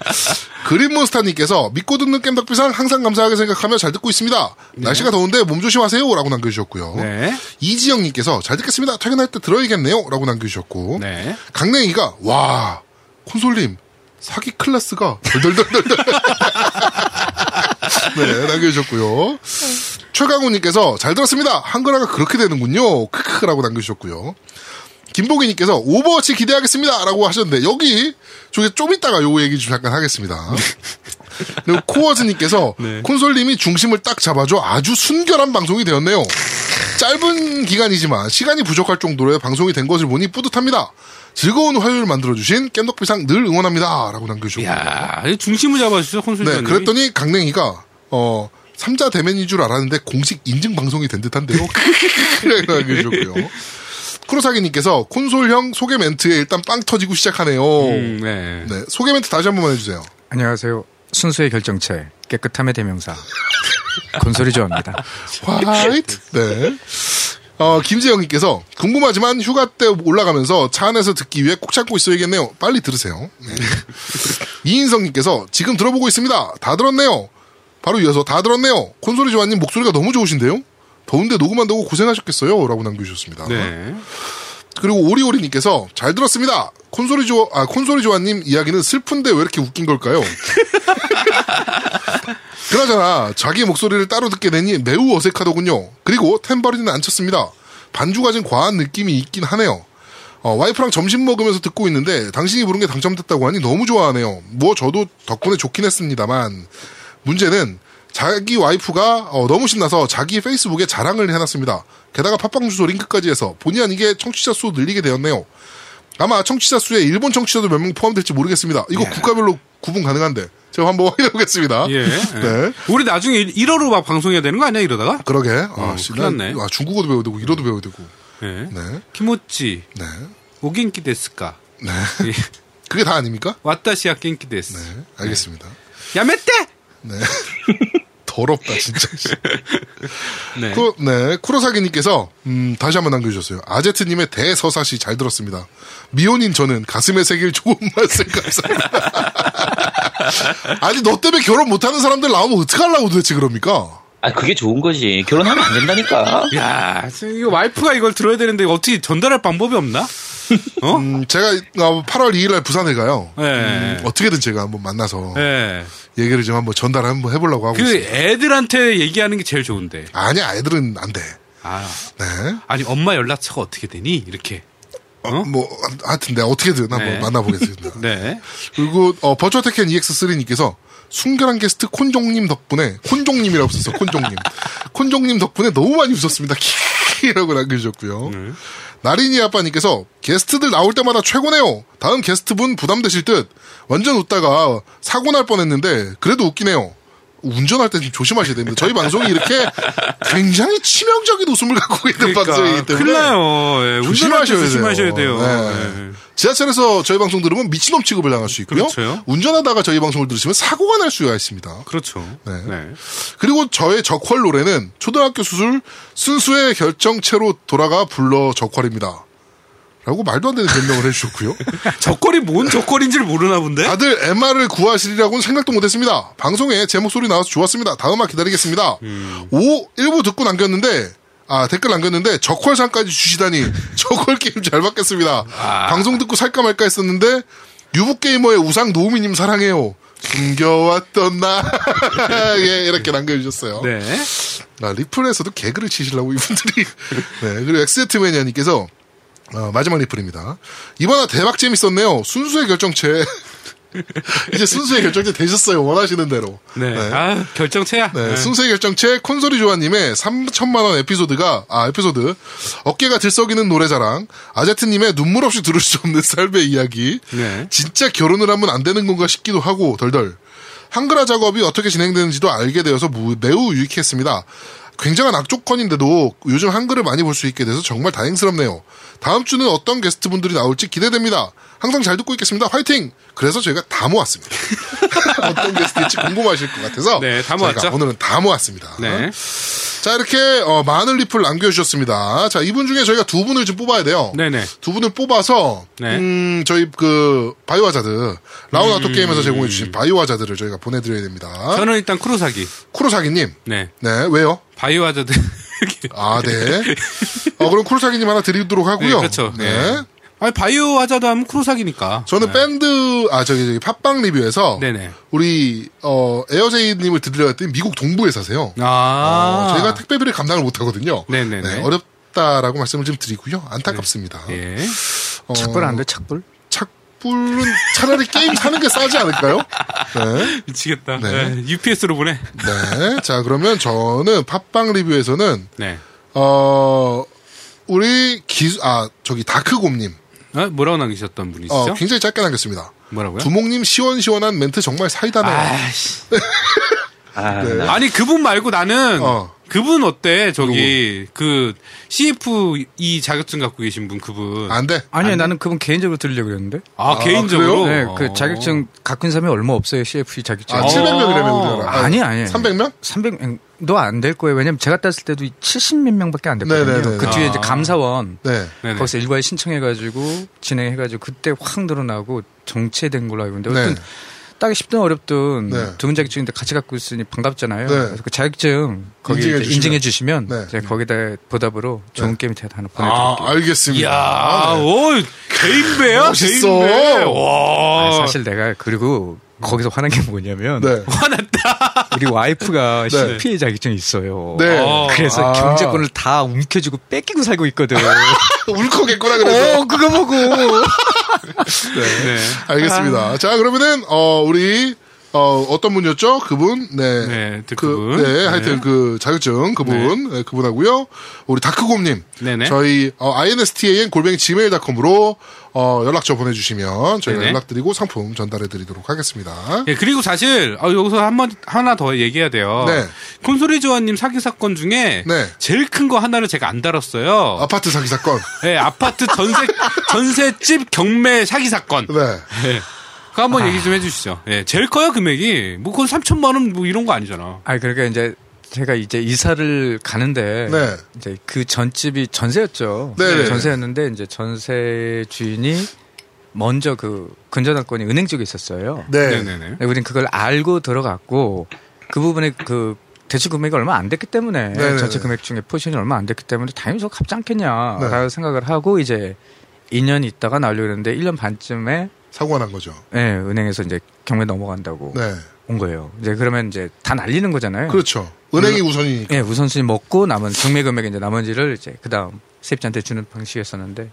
S1: 그린몬스타님께서 믿고 듣는 겜덕비상 항상 감사하게 생각하며 잘 듣고 있습니다. 날씨가 더운데 몸 조심하세요. 라고 남겨주셨고요.
S2: 네.
S1: 이지영님께서 잘 듣겠습니다. 퇴근할 때 들어야겠네요. 라고 남겨주셨고.
S2: 네.
S1: 강냉이가 와 콘솔님 사기 클래스가 덜덜덜덜 네 남겨주셨고요 최강우님께서 잘 들었습니다 한글화가 그렇게 되는군요 크크라고 남겨주셨고요 김보기님께서 오버워치 기대하겠습니다라고 하셨는데 여기 저기 좀 이따가 요 얘기 좀 잠깐 하겠습니다 그리고 코어즈님께서 콘솔님이 중심을 딱 잡아줘 아주 순결한 방송이 되었네요. 짧은 기간이지만 시간이 부족할 정도로의 방송이 된 것을 보니 뿌듯합니다. 즐거운 화요일 만들어주신 깸덕비상 늘 응원합니다라고 남겨주고
S2: 야 중심을 잡아주죠
S1: 네
S2: 혼술장님.
S1: 그랬더니 강냉이가 어 삼자 대면인 줄 알았는데 공식 인증 방송이 된 듯한데요. 라고 남겨주셨고요. 크로사기님께서 콘솔형 소개 멘트에 일단 빵 터지고 시작하네요.
S2: 음, 네.
S1: 네 소개 멘트 다시 한 번만 해주세요.
S4: 안녕하세요. 순수의 결정체, 깨끗함의 대명사. 곤솔이 좋아합니다.
S1: 화이트. 네. 어, 김재영님께서 궁금하지만 휴가 때 올라가면서 차 안에서 듣기 위해 꼭 참고 있어야겠네요. 빨리 들으세요. 네. 이인성님께서 지금 들어보고 있습니다. 다 들었네요. 바로 이어서 다 들었네요. 콘솔이 조아님 목소리가 너무 좋으신데요? 더운데 녹음한다고 고생하셨겠어요? 라고 남겨주셨습니다.
S2: 네.
S1: 그리고 오리오리님께서 잘 들었습니다. 콘솔이 좋아, 아, 콘솔이 좋아님 이야기는 슬픈데 왜 이렇게 웃긴 걸까요? 그나저나 자기 목소리를 따로 듣게 되니 매우 어색하더군요. 그리고 탬버린은 안 쳤습니다. 반주가 좀 과한 느낌이 있긴 하네요. 어, 와이프랑 점심 먹으면서 듣고 있는데 당신이 부른 게 당첨됐다고 하니 너무 좋아하네요. 뭐 저도 덕분에 좋긴 했습니다만 문제는 자기 와이프가 어, 너무 신나서 자기 페이스북에 자랑을 해놨습니다. 게다가 팟빵 주소 링크까지 해서 본의 아니게 청취자 수 늘리게 되었네요. 아마 청취자 수에 일본 청취자도 몇 명 포함될지 모르겠습니다. 이거 국가별로 구분 가능한데 제가 한번 확인해 보겠습니다.
S2: 예.
S1: 네.
S2: 우리 나중에 1호로 막 방송해야 되는 거 아니야 이러다가?
S1: 그러게. 아,
S2: 어,
S1: 씨,
S2: 큰일
S1: 난-
S2: 났네.
S1: 아, 중국어도 배워야 되고 이러도 배워야 되고.
S2: 예.
S1: 네.
S2: 키모찌
S1: 네.
S2: 오겐키 데스까? 네.
S1: 그게 다 아닙니까?
S2: 왓다시아 겐키 데스.
S1: 네. 알겠습니다.
S2: 야메떼!
S1: 네. 더럽다 진짜.
S2: 네.
S1: 쿠, 네, 쿠로사기님께서 음, 다시 한번 남겨주셨어요. 아제트님의 대서사시 잘 들었습니다. 미혼인 저는 가슴에 새길 좋은 말씀 감사합니다. 아니 너 때문에 결혼 못하는 사람들 나오면 어떡하려고 도대체 그럽니까?
S3: 아, 그게 좋은 거지. 결혼하면 안 된다니까.
S2: 야, 지금 이거 와이프가 이걸 들어야 되는데 어떻게 전달할 방법이 없나? 어?
S1: 음, 제가 어, 8월 2일날 부산에 가요.
S2: 네.
S1: 음, 어떻게든 제가 한번 만나서
S2: 예.
S1: 얘기를 좀 한번 전달 한번 해보려고 하고
S2: 그
S1: 있습니다.
S2: 애들한테 얘기하는 게 제일 좋은데.
S1: 아니야 애들은 안 돼.
S2: 아,
S1: 네.
S2: 아니 엄마 연락처가 어떻게 되니? 이렇게. 어?
S1: 뭐 하여튼 내가 어떻게든 한번
S2: 네.
S1: 만나보겠습니다.
S2: 네.
S1: 그리고 어, 버추어테켄 EX3님께서 순결한 게스트 콘종님 덕분에 콘종님이라고 썼어 콘종님 콘종님 덕분에 너무 많이 웃었습니다 키라고 남겨주셨고요
S2: 네.
S1: 나린이 아빠님께서 게스트들 나올 때마다 최고네요 다음 게스트분 부담되실 듯 완전 웃다가 사고 날 뻔했는데 그래도 웃기네요 운전할 때 좀 조심하셔야 됩니다 저희 방송이 이렇게 굉장히 치명적인 웃음을 갖고 있는 방송이기 때문에
S2: 그러니까 큰일 나요. 예, 운전할 때
S1: 조심하셔야 돼요.
S2: 조심하셔야 돼요.
S1: 네.
S2: 예.
S1: 지하철에서 저희 방송 들으면 미친놈 취급을 당할 수 있고요.
S2: 그렇죠.
S1: 운전하다가 저희 방송을 들으시면 사고가 날 수가 있습니다.
S2: 그렇죠.
S1: 네.
S2: 네.
S1: 그리고 저의 적활 노래는 초등학교 수술 순수의 결정체로 돌아가 불러 적활입니다. 라고 말도 안 되는 변명을 해주셨고요.
S2: 적거리 뭔 적거리인지를 모르나 본데?
S1: 다들 MR을 구하시리라고는 생각도 못했습니다. 방송에 제 목소리 나와서 좋았습니다. 다음화 기다리겠습니다. 오, 1부 듣고 남겼는데, 아, 댓글 남겼는데, 적활상까지 주시다니, 적활게임 잘 받겠습니다. 방송 듣고 살까 말까 했었는데, 유부게이머의 우상 노우미님 사랑해요. 숨겨왔던 나. 예, 이렇게 남겨주셨어요.
S2: 네.
S1: 아, 리플에서도 개그를 치시려고 이분들이. 네, 그리고 엑스제트매니아님께서 어, 마지막 리플입니다. 이번화 대박 재밌었네요. 순수의 결정체. 이제 순수의 결정체 되셨어요. 원하시는 대로.
S2: 네. 아, 결정체야.
S1: 네,
S2: 네.
S1: 순수의 결정체 콘솔이 조아님의 3천만원 에피소드가, 아, 에피소드. 어깨가 들썩이는 노래자랑, 아제트님의 눈물 없이 들을 수 없는 삶의 이야기.
S2: 네.
S1: 진짜 결혼을 하면 안 되는 건가 싶기도 하고, 덜덜. 한글화 작업이 어떻게 진행되는지도 알게 되어서 무- 매우 유익했습니다. 굉장한 악조건인데도 요즘 한글을 많이 볼 수 있게 돼서 정말 다행스럽네요. 다음 주는 어떤 게스트분들이 나올지 기대됩니다. 항상 잘 듣고 있겠습니다. 화이팅! 그래서 저희가 다 모았습니다. 어떤 게스트일지 궁금하실 것 같아서
S2: 네,
S1: 저희가
S2: 다 모았죠.
S1: 오늘은 다 모았습니다.
S2: 네.
S1: 자, 이렇게 어, 많은 리플 남겨주셨습니다. 자, 이분 중에 저희가 두 분을 좀 뽑아야 돼요.
S2: 네네.
S1: 두 분을 뽑아서
S2: 네. 음.
S1: 음, 저희 그 바이오하자드 라운 아토 게임에서 제공해 주신 바이오하자드를 저희가 보내드려야 됩니다.
S2: 저는 일단 크루사기.
S1: 쿠로사기님,
S2: 네.
S1: 네 왜요?
S2: 바이오하자드.
S1: 아, 네. 어, 그럼 쿠로사기님 하나 드리도록
S2: 네,
S1: 하고요.
S2: 그렇죠.
S1: 네.
S2: 네. 아니, 바이오하자드 하면 크루사기니까.
S1: 저는 밴드 아 저기 저기 팟빵 리뷰에서
S2: 네네.
S1: 우리 어 에어제이님을 드리려 했더니 미국 동부에 사세요.
S2: 아.
S1: 어, 저희가 택배비를 감당을 못하거든요.
S2: 네네네.
S1: 어렵다라고 말씀을 좀 드리고요. 안타깝습니다.
S2: 예.
S1: 어,
S4: 착불 안 돼, 착불?
S1: 착불은 차라리 게임 사는 게 싸지 않을까요? 네.
S2: 미치겠다.
S1: 네.
S2: UPS로 보내.
S1: 네. 자, 그러면 저는 팟빵 리뷰에서는,
S2: 네.
S1: 어, 우리 기, 아, 저기 다크곰님.
S2: 어? 뭐라고 남기셨던 분이시죠?
S1: 어, 굉장히 짧게 남겼습니다.
S2: 뭐라고요?
S1: 두목님 시원시원한 멘트 정말 사이다네요.
S2: 아씨.
S3: 아,
S1: 네.
S3: 나-
S2: 아니 그분 말고 나는
S1: 어.
S2: 그분 어때? 저기 그 CF 이 자격증 갖고 계신 분 그분. 아,
S1: 안 아, 돼.
S4: 아니요, 나는 그분 개인적으로 들으려고 그랬는데.
S2: 개인적으로.
S4: 네,
S2: 어.
S4: 그 자격증 갖고 있는 사람이 얼마 없어요, CFC 자격증.
S1: 아,
S2: 어.
S1: 700명이라면 우리나라.
S4: 아니, 아니.
S1: 300명?
S4: 300, 음, 너안 될 거예요. 왜냐면 제가 땄을 때도 70몇 명밖에 안 됐거든요.
S1: 네네네.
S4: 그 뒤에 이제
S2: 아.
S4: 감사원.
S1: 네.
S2: 네네.
S4: 거기서 일괄 신청해가지고 진행해가지고 그때 확 늘어나고 정체된 걸로 알고 있는데
S1: 네.
S4: 어쨌든 따기 쉽든 어렵든
S1: 네.
S4: 좋은 자격증인데 같이 갖고 있으니 반갑잖아요.
S1: 네.
S4: 그래서 그 자격증 거기
S1: 인증해 주시면.
S4: 인증해, 주시면, 인증해 주시면
S1: 네.
S4: 제가 거기다 보답으로 좋은 게임 제가 하나
S2: 아,
S4: 보내드릴게요.
S1: 알겠습니다. 아, 네.
S2: 이야, 오 개인배야.
S1: 멋있어.
S2: 개인배. 와.
S4: 아, 사실 내가 그리고 거기서 화난 게 뭐냐면
S1: 네.
S4: 우리 와이프가
S1: 네.
S4: CPA 자격증이 있어요.
S1: 네.
S2: 어.
S4: 그래서
S1: 아.
S4: 경제권을 다 움켜쥐고 뺏기고 살고 있거든.
S1: 울컥했구나 그래서.
S4: 어, 그거 보고.
S2: 네.
S1: 알겠습니다. 자, 그러면은, 어, 우리, 어, 어떤 분이었죠? 그분? 네.
S2: 네, 그,
S1: 그,
S2: 분.
S1: 네, 하여튼 그 자격증 그분, 네, 그분하고요. 우리 다크곰님.
S2: 네네.
S1: 저희, 어, instan 골뱅이 gmail.com으로, 어, 연락처 보내주시면 저희가
S2: 네네.
S1: 연락드리고 상품 전달해드리도록 하겠습니다.
S2: 예, 그리고 사실 아, 여기서 한 번 하나 더 얘기해야 돼요.
S1: 네.
S2: 콘솔이 조아님 사기 사건 중에
S1: 네.
S2: 제일 큰 거 하나를 제가 안 다뤘어요.
S1: 아파트 사기 사건.
S2: 네, 아파트 전세 전세집 경매 사기 사건.
S1: 네.
S2: 네. 그
S1: 아.
S2: 한번 얘기 좀 해주시죠. 예, 제일 커요 금액이. 뭐 그건 3천만 원 뭐 이런 거 아니잖아.
S4: 아, 그러니까 이제 제가 이제 이사를 가는데
S1: 네.
S4: 이제 그 전집이 전세였죠.
S1: 네네.
S4: 전세였는데 이제 전세 주인이 먼저 그 근저당권이 은행 쪽에 있었어요.
S1: 네.
S2: 네네네.
S4: 근데 우린 그걸 알고 들어갔고 그 부분에 그 대출 금액이 얼마 안 됐기 때문에
S1: 네네네.
S4: 전체 금액 중에 포션이 얼마 안 됐기 때문에 당연히 저 갚지 않겠냐라고
S1: 네.
S4: 생각을 하고 이제 2년 있다가 나오려고 했는데 1년 반쯤에
S1: 사고가 난 거죠.
S4: 예, 은행에서 이제 경매 넘어간다고
S1: 네.
S4: 온 거예요. 이제 그러면 이제 다 날리는 거잖아요.
S1: 그렇죠. 은행이 우선이니까.
S4: 예, 우선순위 먹고 남은 경매 금액 이제 나머지를 이제 그다음 세입자한테 주는 방식이었었는데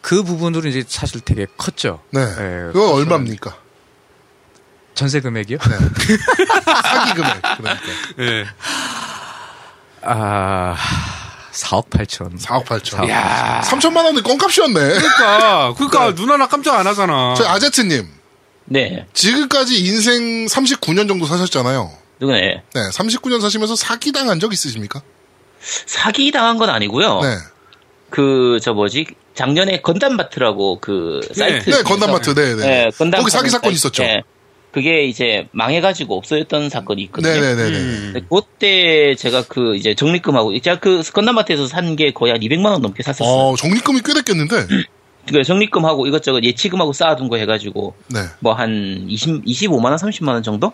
S4: 그 부분으로 이제 사실 되게 컸죠.
S1: 네.
S4: 예,
S1: 그건
S4: 그래서
S1: 얼마입니까?
S4: 전세 금액이요?
S1: 네. 사기 금액. 그러니까.
S2: 예.
S4: 아, 4억 8천.
S1: 4억 8천.
S2: 야.
S1: 3천만 원은 껌값이었네.
S2: 그러니까 그러니까 누나나 깜짝 안 하잖아.
S1: 네. 저희 아제트님.
S3: 네.
S1: 지금까지 인생 39년 정도 사셨잖아요.
S3: 누구네.
S1: 네, 39년 사시면서 사기당한 적 있으십니까?
S3: 사기 당한 건 아니고요.
S1: 네.
S3: 그 저 뭐지? 작년에 건담마트라고 그 사이트.
S1: 네, 건담마트, 네, 네.
S3: 네, 건담
S1: 거기 사기 사건
S3: 사이트.
S1: 있었죠.
S3: 네. 그게 이제 망해가지고 없어졌던 사건이 있거든요.
S1: 네네네네.
S3: 근데 그때 제가 그 이제 적립금하고 제가 그 건담마트에서 산 게 거의 한 200만 원 넘게 샀었어요.
S1: 어, 적립금이 꽤 됐겠는데.
S3: 그 적립금하고 이것저것 예치금하고 쌓아둔 거 해가지고
S1: 네.
S3: 뭐 한 20, 25만 원, 30만 원 정도?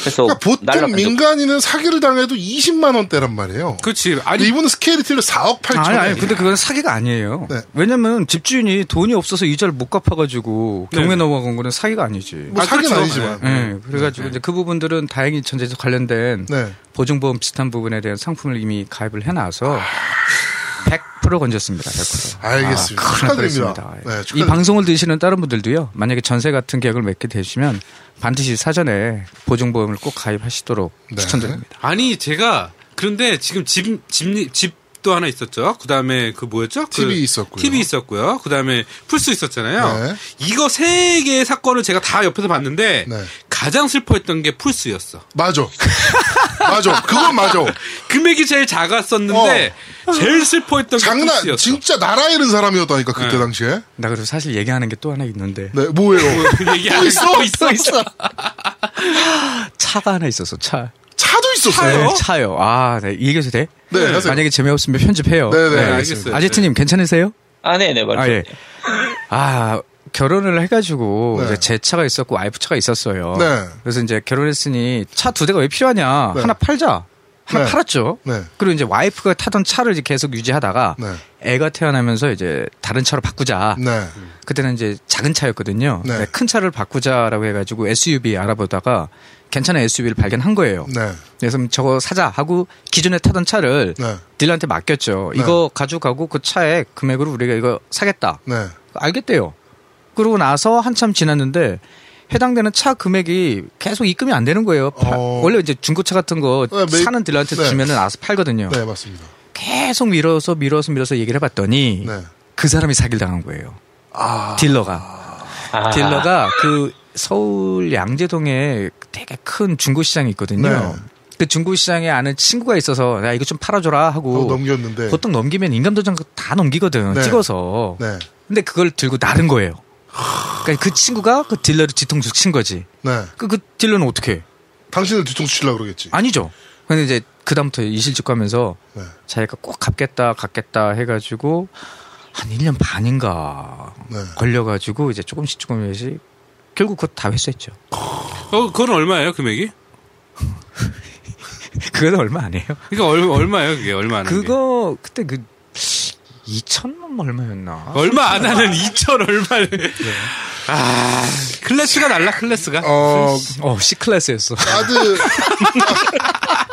S3: 그래서
S1: 그러니까 보통
S3: 날라간 적-
S1: 민간인은 사기를 당해도 20만 원대란 말이에요.
S2: 그렇지.
S1: 근데
S2: 아니
S1: 이분은 스케일이 틀려 4억 8천.
S4: 아니, 아니, 근데 그건 사기가 아니에요.
S1: 네.
S4: 왜냐면 집주인이 돈이 없어서 이자를 못 갚아가지고 경매
S2: 네.
S4: 넘어간 거는 사기가 아니지.
S1: 뭐 네.
S2: 아,
S1: 사기는
S2: 그렇죠.
S1: 아니지만.
S4: 예, 그래가지고 이제 그 부분들은 다행히 전제에서 관련된
S1: 네.
S4: 보증보험 비슷한 부분에 대한 상품을 이미 가입을 해놔서 100% 건졌습니다. 100%.
S1: 알겠습니다.
S4: 아, 큰일
S1: 축하드립니다.
S4: 났습니다.
S1: 네, 축하드립니다.
S4: 이 방송을 들으시는 다른 분들도요. 만약에 전세 같은 계약을 맺게 되시면 반드시 사전에 보증보험을 꼭 가입하시도록
S1: 네.
S4: 추천드립니다.
S2: 아니 제가 그런데 지금 집집 집도 하나 있었죠. 그다음에 그 뭐였죠? 그
S1: TV 있었고요.
S2: TV 있었고요. 그다음에 풀스 있었잖아요.
S1: 네.
S2: 이거 세 개의 사건을 제가 다 옆에서 봤는데
S1: 네.
S2: 가장 슬퍼했던 게 풀스였어.
S1: 맞아. 맞아. 그건 맞아.
S2: 금액이 제일 작았었는데 제일 슬퍼했던 게
S1: 어. 장난,
S2: 풀스였어.
S1: 진짜 나라 잃은 사람이었다니까, 그때
S2: 네.
S1: 당시에.
S4: 나 그리고 사실 얘기하는 게 또 하나 있는데
S1: 네, 뭐예요?
S2: 그 얘기 안
S1: 있어?
S2: 또 있어 있어.
S4: 차가 하나 있었어. 차.
S1: 차도 있었어요.
S2: 차요?
S4: 네, 차요. 아, 네. 이 얘기해도 돼?
S1: 네, 하세요.
S4: 만약에 재미없으면 편집해요.
S1: 네, 네,
S2: 알겠습니다.
S4: 아제트님 괜찮으세요?
S3: 아, 네네, 맞죠.
S4: 아, 예. 아, 결혼을 해가지고
S1: 네.
S4: 이제 제 차가 있었고 와이프 차가 있었어요.
S1: 네.
S4: 그래서 이제 결혼했으니 차 두 대가 왜 필요하냐.
S1: 네.
S4: 하나 팔자. 하나
S1: 네.
S4: 팔았죠.
S1: 네.
S4: 그리고 이제 와이프가 타던 차를 이제 계속 유지하다가
S1: 네.
S4: 애가 태어나면서 이제 다른 차로 바꾸자.
S1: 네.
S4: 그때는 이제 작은 차였거든요.
S1: 네.
S4: 네, 큰 차를 바꾸자라고 해가지고 SUV 알아보다가 괜찮은 SUV를 발견한 거예요.
S1: 네.
S4: 그래서 저거 사자 하고 기존에 타던 차를
S1: 네.
S4: 딜러한테 맡겼죠. 이거 가져가고 그 차에 금액으로 우리가 이거 사겠다.
S1: 네.
S4: 알겠대요. 그러고 나서 한참 지났는데 해당되는 차 금액이 계속 입금이 안 되는 거예요. 파-
S1: 어.
S4: 원래 이제 중고차 같은 거
S1: 네, 매-
S4: 사는 딜러한테
S1: 네.
S4: 주면은 알아서 팔거든요.
S1: 네, 맞습니다.
S4: 계속 밀어서 밀어서 밀어서 얘기를 해봤더니
S1: 네. 아.
S4: 그 사람이 사기를 당한 거예요. 딜러가
S3: 아,
S4: 딜러가 그 서울 양재동에 되게 큰 중고시장이 있거든요.
S1: 네.
S4: 그 중고시장에 아는 친구가 있어서 야 이거 좀 팔아줘라 하고
S1: 하고 어, 넘겼는데.
S4: 보통 넘기면 인감도장 다 넘기거든
S1: 네.
S4: 찍어서
S1: 네.
S4: 근데 그걸 들고 나른 거예요. 그러니까 그 친구가 그 딜러를 뒤통수 친 거지.
S1: 네.
S4: 그, 그 딜러는 어떻게 해?
S1: 당신을 뒤통수 치려고 그러겠지.
S4: 아니죠. 근데 이제 그다음부터 이실직고하면서
S1: 네.
S4: 자기가 꼭 갚겠다, 갚겠다 해가지고 한 1년 반인가
S1: 네.
S4: 걸려가지고 이제 조금씩 조금씩 결국 그거 다 회수했죠.
S2: 어, 그건 얼마예요 금액이?
S4: 그건 얼마 안 해요.
S2: 그러니까 얼, 얼마예요 그게 얼마 안 하는 게?
S4: 그거 그때 그 2천만 뭐 얼마였나?
S2: 어, 얼마 안 하는 2천 얼마를 아, 클래스가 날라, 클래스가.
S1: 어,
S4: 어, C 클래스였어.
S1: 까드.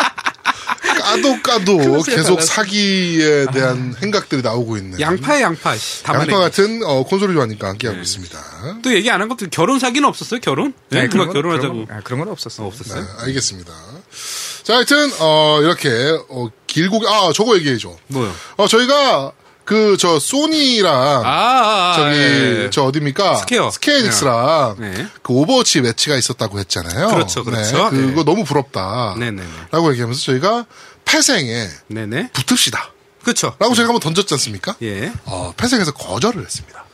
S1: 까도 까도 계속 사기에 대한 행각들이 나오고 있는.
S2: 양파에 양파, 씨.
S1: 양파
S2: 담아내.
S1: 같은 어, 콘솔을 좋아하니까 함께하고 있습니다.
S2: 또 얘기 안 한 것도 결혼 사기는 없었어요, 결혼? 네,
S4: 그런
S2: 누가
S4: 건-
S2: 결혼하자고.
S4: 그런 건, 아, 그런 건 없었어.
S2: 어,
S1: 네,
S2: 없었어요?
S1: 알겠습니다. 자, 하여튼 어, 이렇게 어, 길고 아 저거 얘기해 줘.
S2: 뭐요?
S1: 어, 저희가 그 저 소니랑
S2: 아, 아, 아
S1: 저기
S2: 예.
S1: 저 어딥니까?
S2: 스퀘어.
S1: 스케닉스랑
S2: 네.
S1: 그 오버워치 매치가 있었다고 했잖아요.
S2: 그렇죠, 그렇죠.
S1: 네, 그거
S2: 네.
S1: 너무 부럽다.
S2: 네네네.
S1: 라고 얘기하면서 저희가 패생에
S2: 네네.
S1: 붙읍시다.
S2: 그쵸.
S1: 라고 저희가 한번 던졌지 않습니까?
S2: 예.
S1: 어, 패생에서 거절을 했습니다.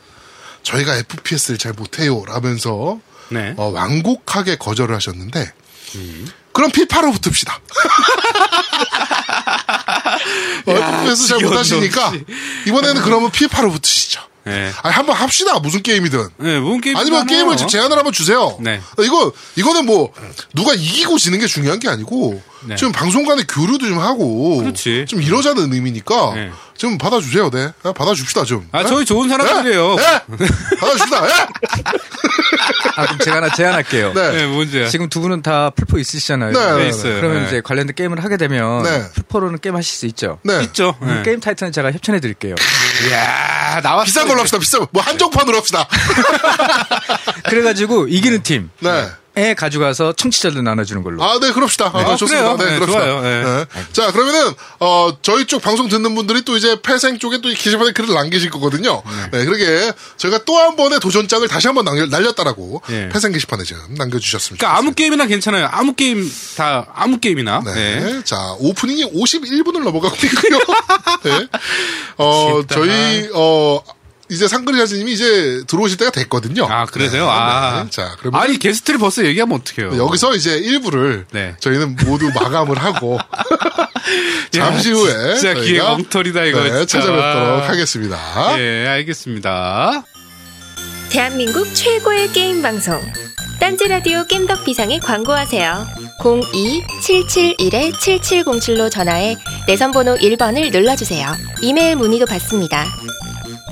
S1: 저희가 FPS를 잘 못해요. 라면서
S2: 네.
S1: 어, 완곡하게 거절을 하셨는데
S2: 음.
S1: 그럼 피파로 붙읍시다. 어, FPS 잘
S2: 지겨운
S1: 못하시니까
S2: 놈씨.
S1: 이번에는 그러면 피파로 붙으시죠.
S2: 예.
S1: 아니, 한번 합시다. 무슨 게임이든.
S2: 네, 뭔 게임?
S1: 아니면 뭐 게임을 지금 제안을 한번 주세요. 어,
S2: 네.
S1: 이거 이거는 뭐 누가 이기고 지는 게 중요한 게 아니고
S2: 네.
S1: 지금 방송 간의 교류도 좀 하고
S2: 그렇지.
S1: 좀 이러자는 의미니까
S2: 네.
S1: 좀 받아주세요. 네. 아, 받아줍시다 좀.
S2: 아,
S1: 네?
S2: 저희 좋은 사람들이에요.
S1: 네? 네? 받아줍시다. 네?
S4: 아, 그럼 제가 하나 제안할게요.
S1: 네.
S2: 네, 뭔지야.
S4: 지금 두 분은 다 풀포 있으시잖아요.
S1: 네, 네, 네.
S2: 있어요.
S4: 그러면
S2: 네.
S4: 이제 관련된 게임을 하게 되면
S1: 네.
S4: 풀포로는 게임 하실 수 있죠.
S1: 네.
S2: 있죠.
S4: 음,
S2: 예.
S4: 게임 타이틀은 제가 협찬해 드릴게요.
S2: 이야, 나왔어.
S1: 비싼 걸로 합시다. 비싼 거. 뭐 한정판으로 합시다.
S4: 그래가지고 이기는 팀.
S1: 네.
S4: 에 가져가서 청취자들 나눠주는 걸로.
S1: 아, 네, 그럽시다. 아,
S2: 아,
S1: 좋습니다.
S2: 그래요.
S1: 네,
S2: 네,
S1: 그럽시다.
S2: 좋아요. 네.
S1: 네. 자, 그러면은, 어, 저희 쪽 방송 듣는 분들이 또 이제 폐생 쪽에 또 이 게시판에 글을 남기실 거거든요. 네, 그러게 저희가 또 한 번의 도전장을 다시 한번 날렸다라고
S2: 네.
S1: 폐생 게시판에 지금 남겨주셨습니다.
S2: 그러니까 아무 게임이나 괜찮아요. 아무 게임 다 아무 게임이나.
S1: 네.
S2: 네.
S1: 자, 오프닝이 51분을 넘어가고 있고요. 네. 어,
S2: 진짜.
S1: 저희, 어, 이제 상그리 자지님이 이제 들어오실 때가 됐거든요.
S2: 아 그러세요?
S1: 네,
S2: 아.
S1: 네. 자, 그러면.
S2: 아니 게스트를 벌써 얘기하면 어떡해요?
S1: 여기서 이제 1부를
S2: 네.
S1: 저희는 모두 마감을 하고 잠시
S2: 야,
S1: 후에
S2: 예. 진짜
S1: 저희가
S2: 기회 엉터리다 이거
S1: 네,
S2: 진짜.
S1: 찾아뵙도록 하겠습니다.
S2: 예, 알겠습니다.
S5: 대한민국 최고의 게임 방송 딴지라디오 겜덕 비상에 광고하세요 02-771-7707로 전화해 내선번호 1번을 눌러주세요 이메일 문의도 받습니다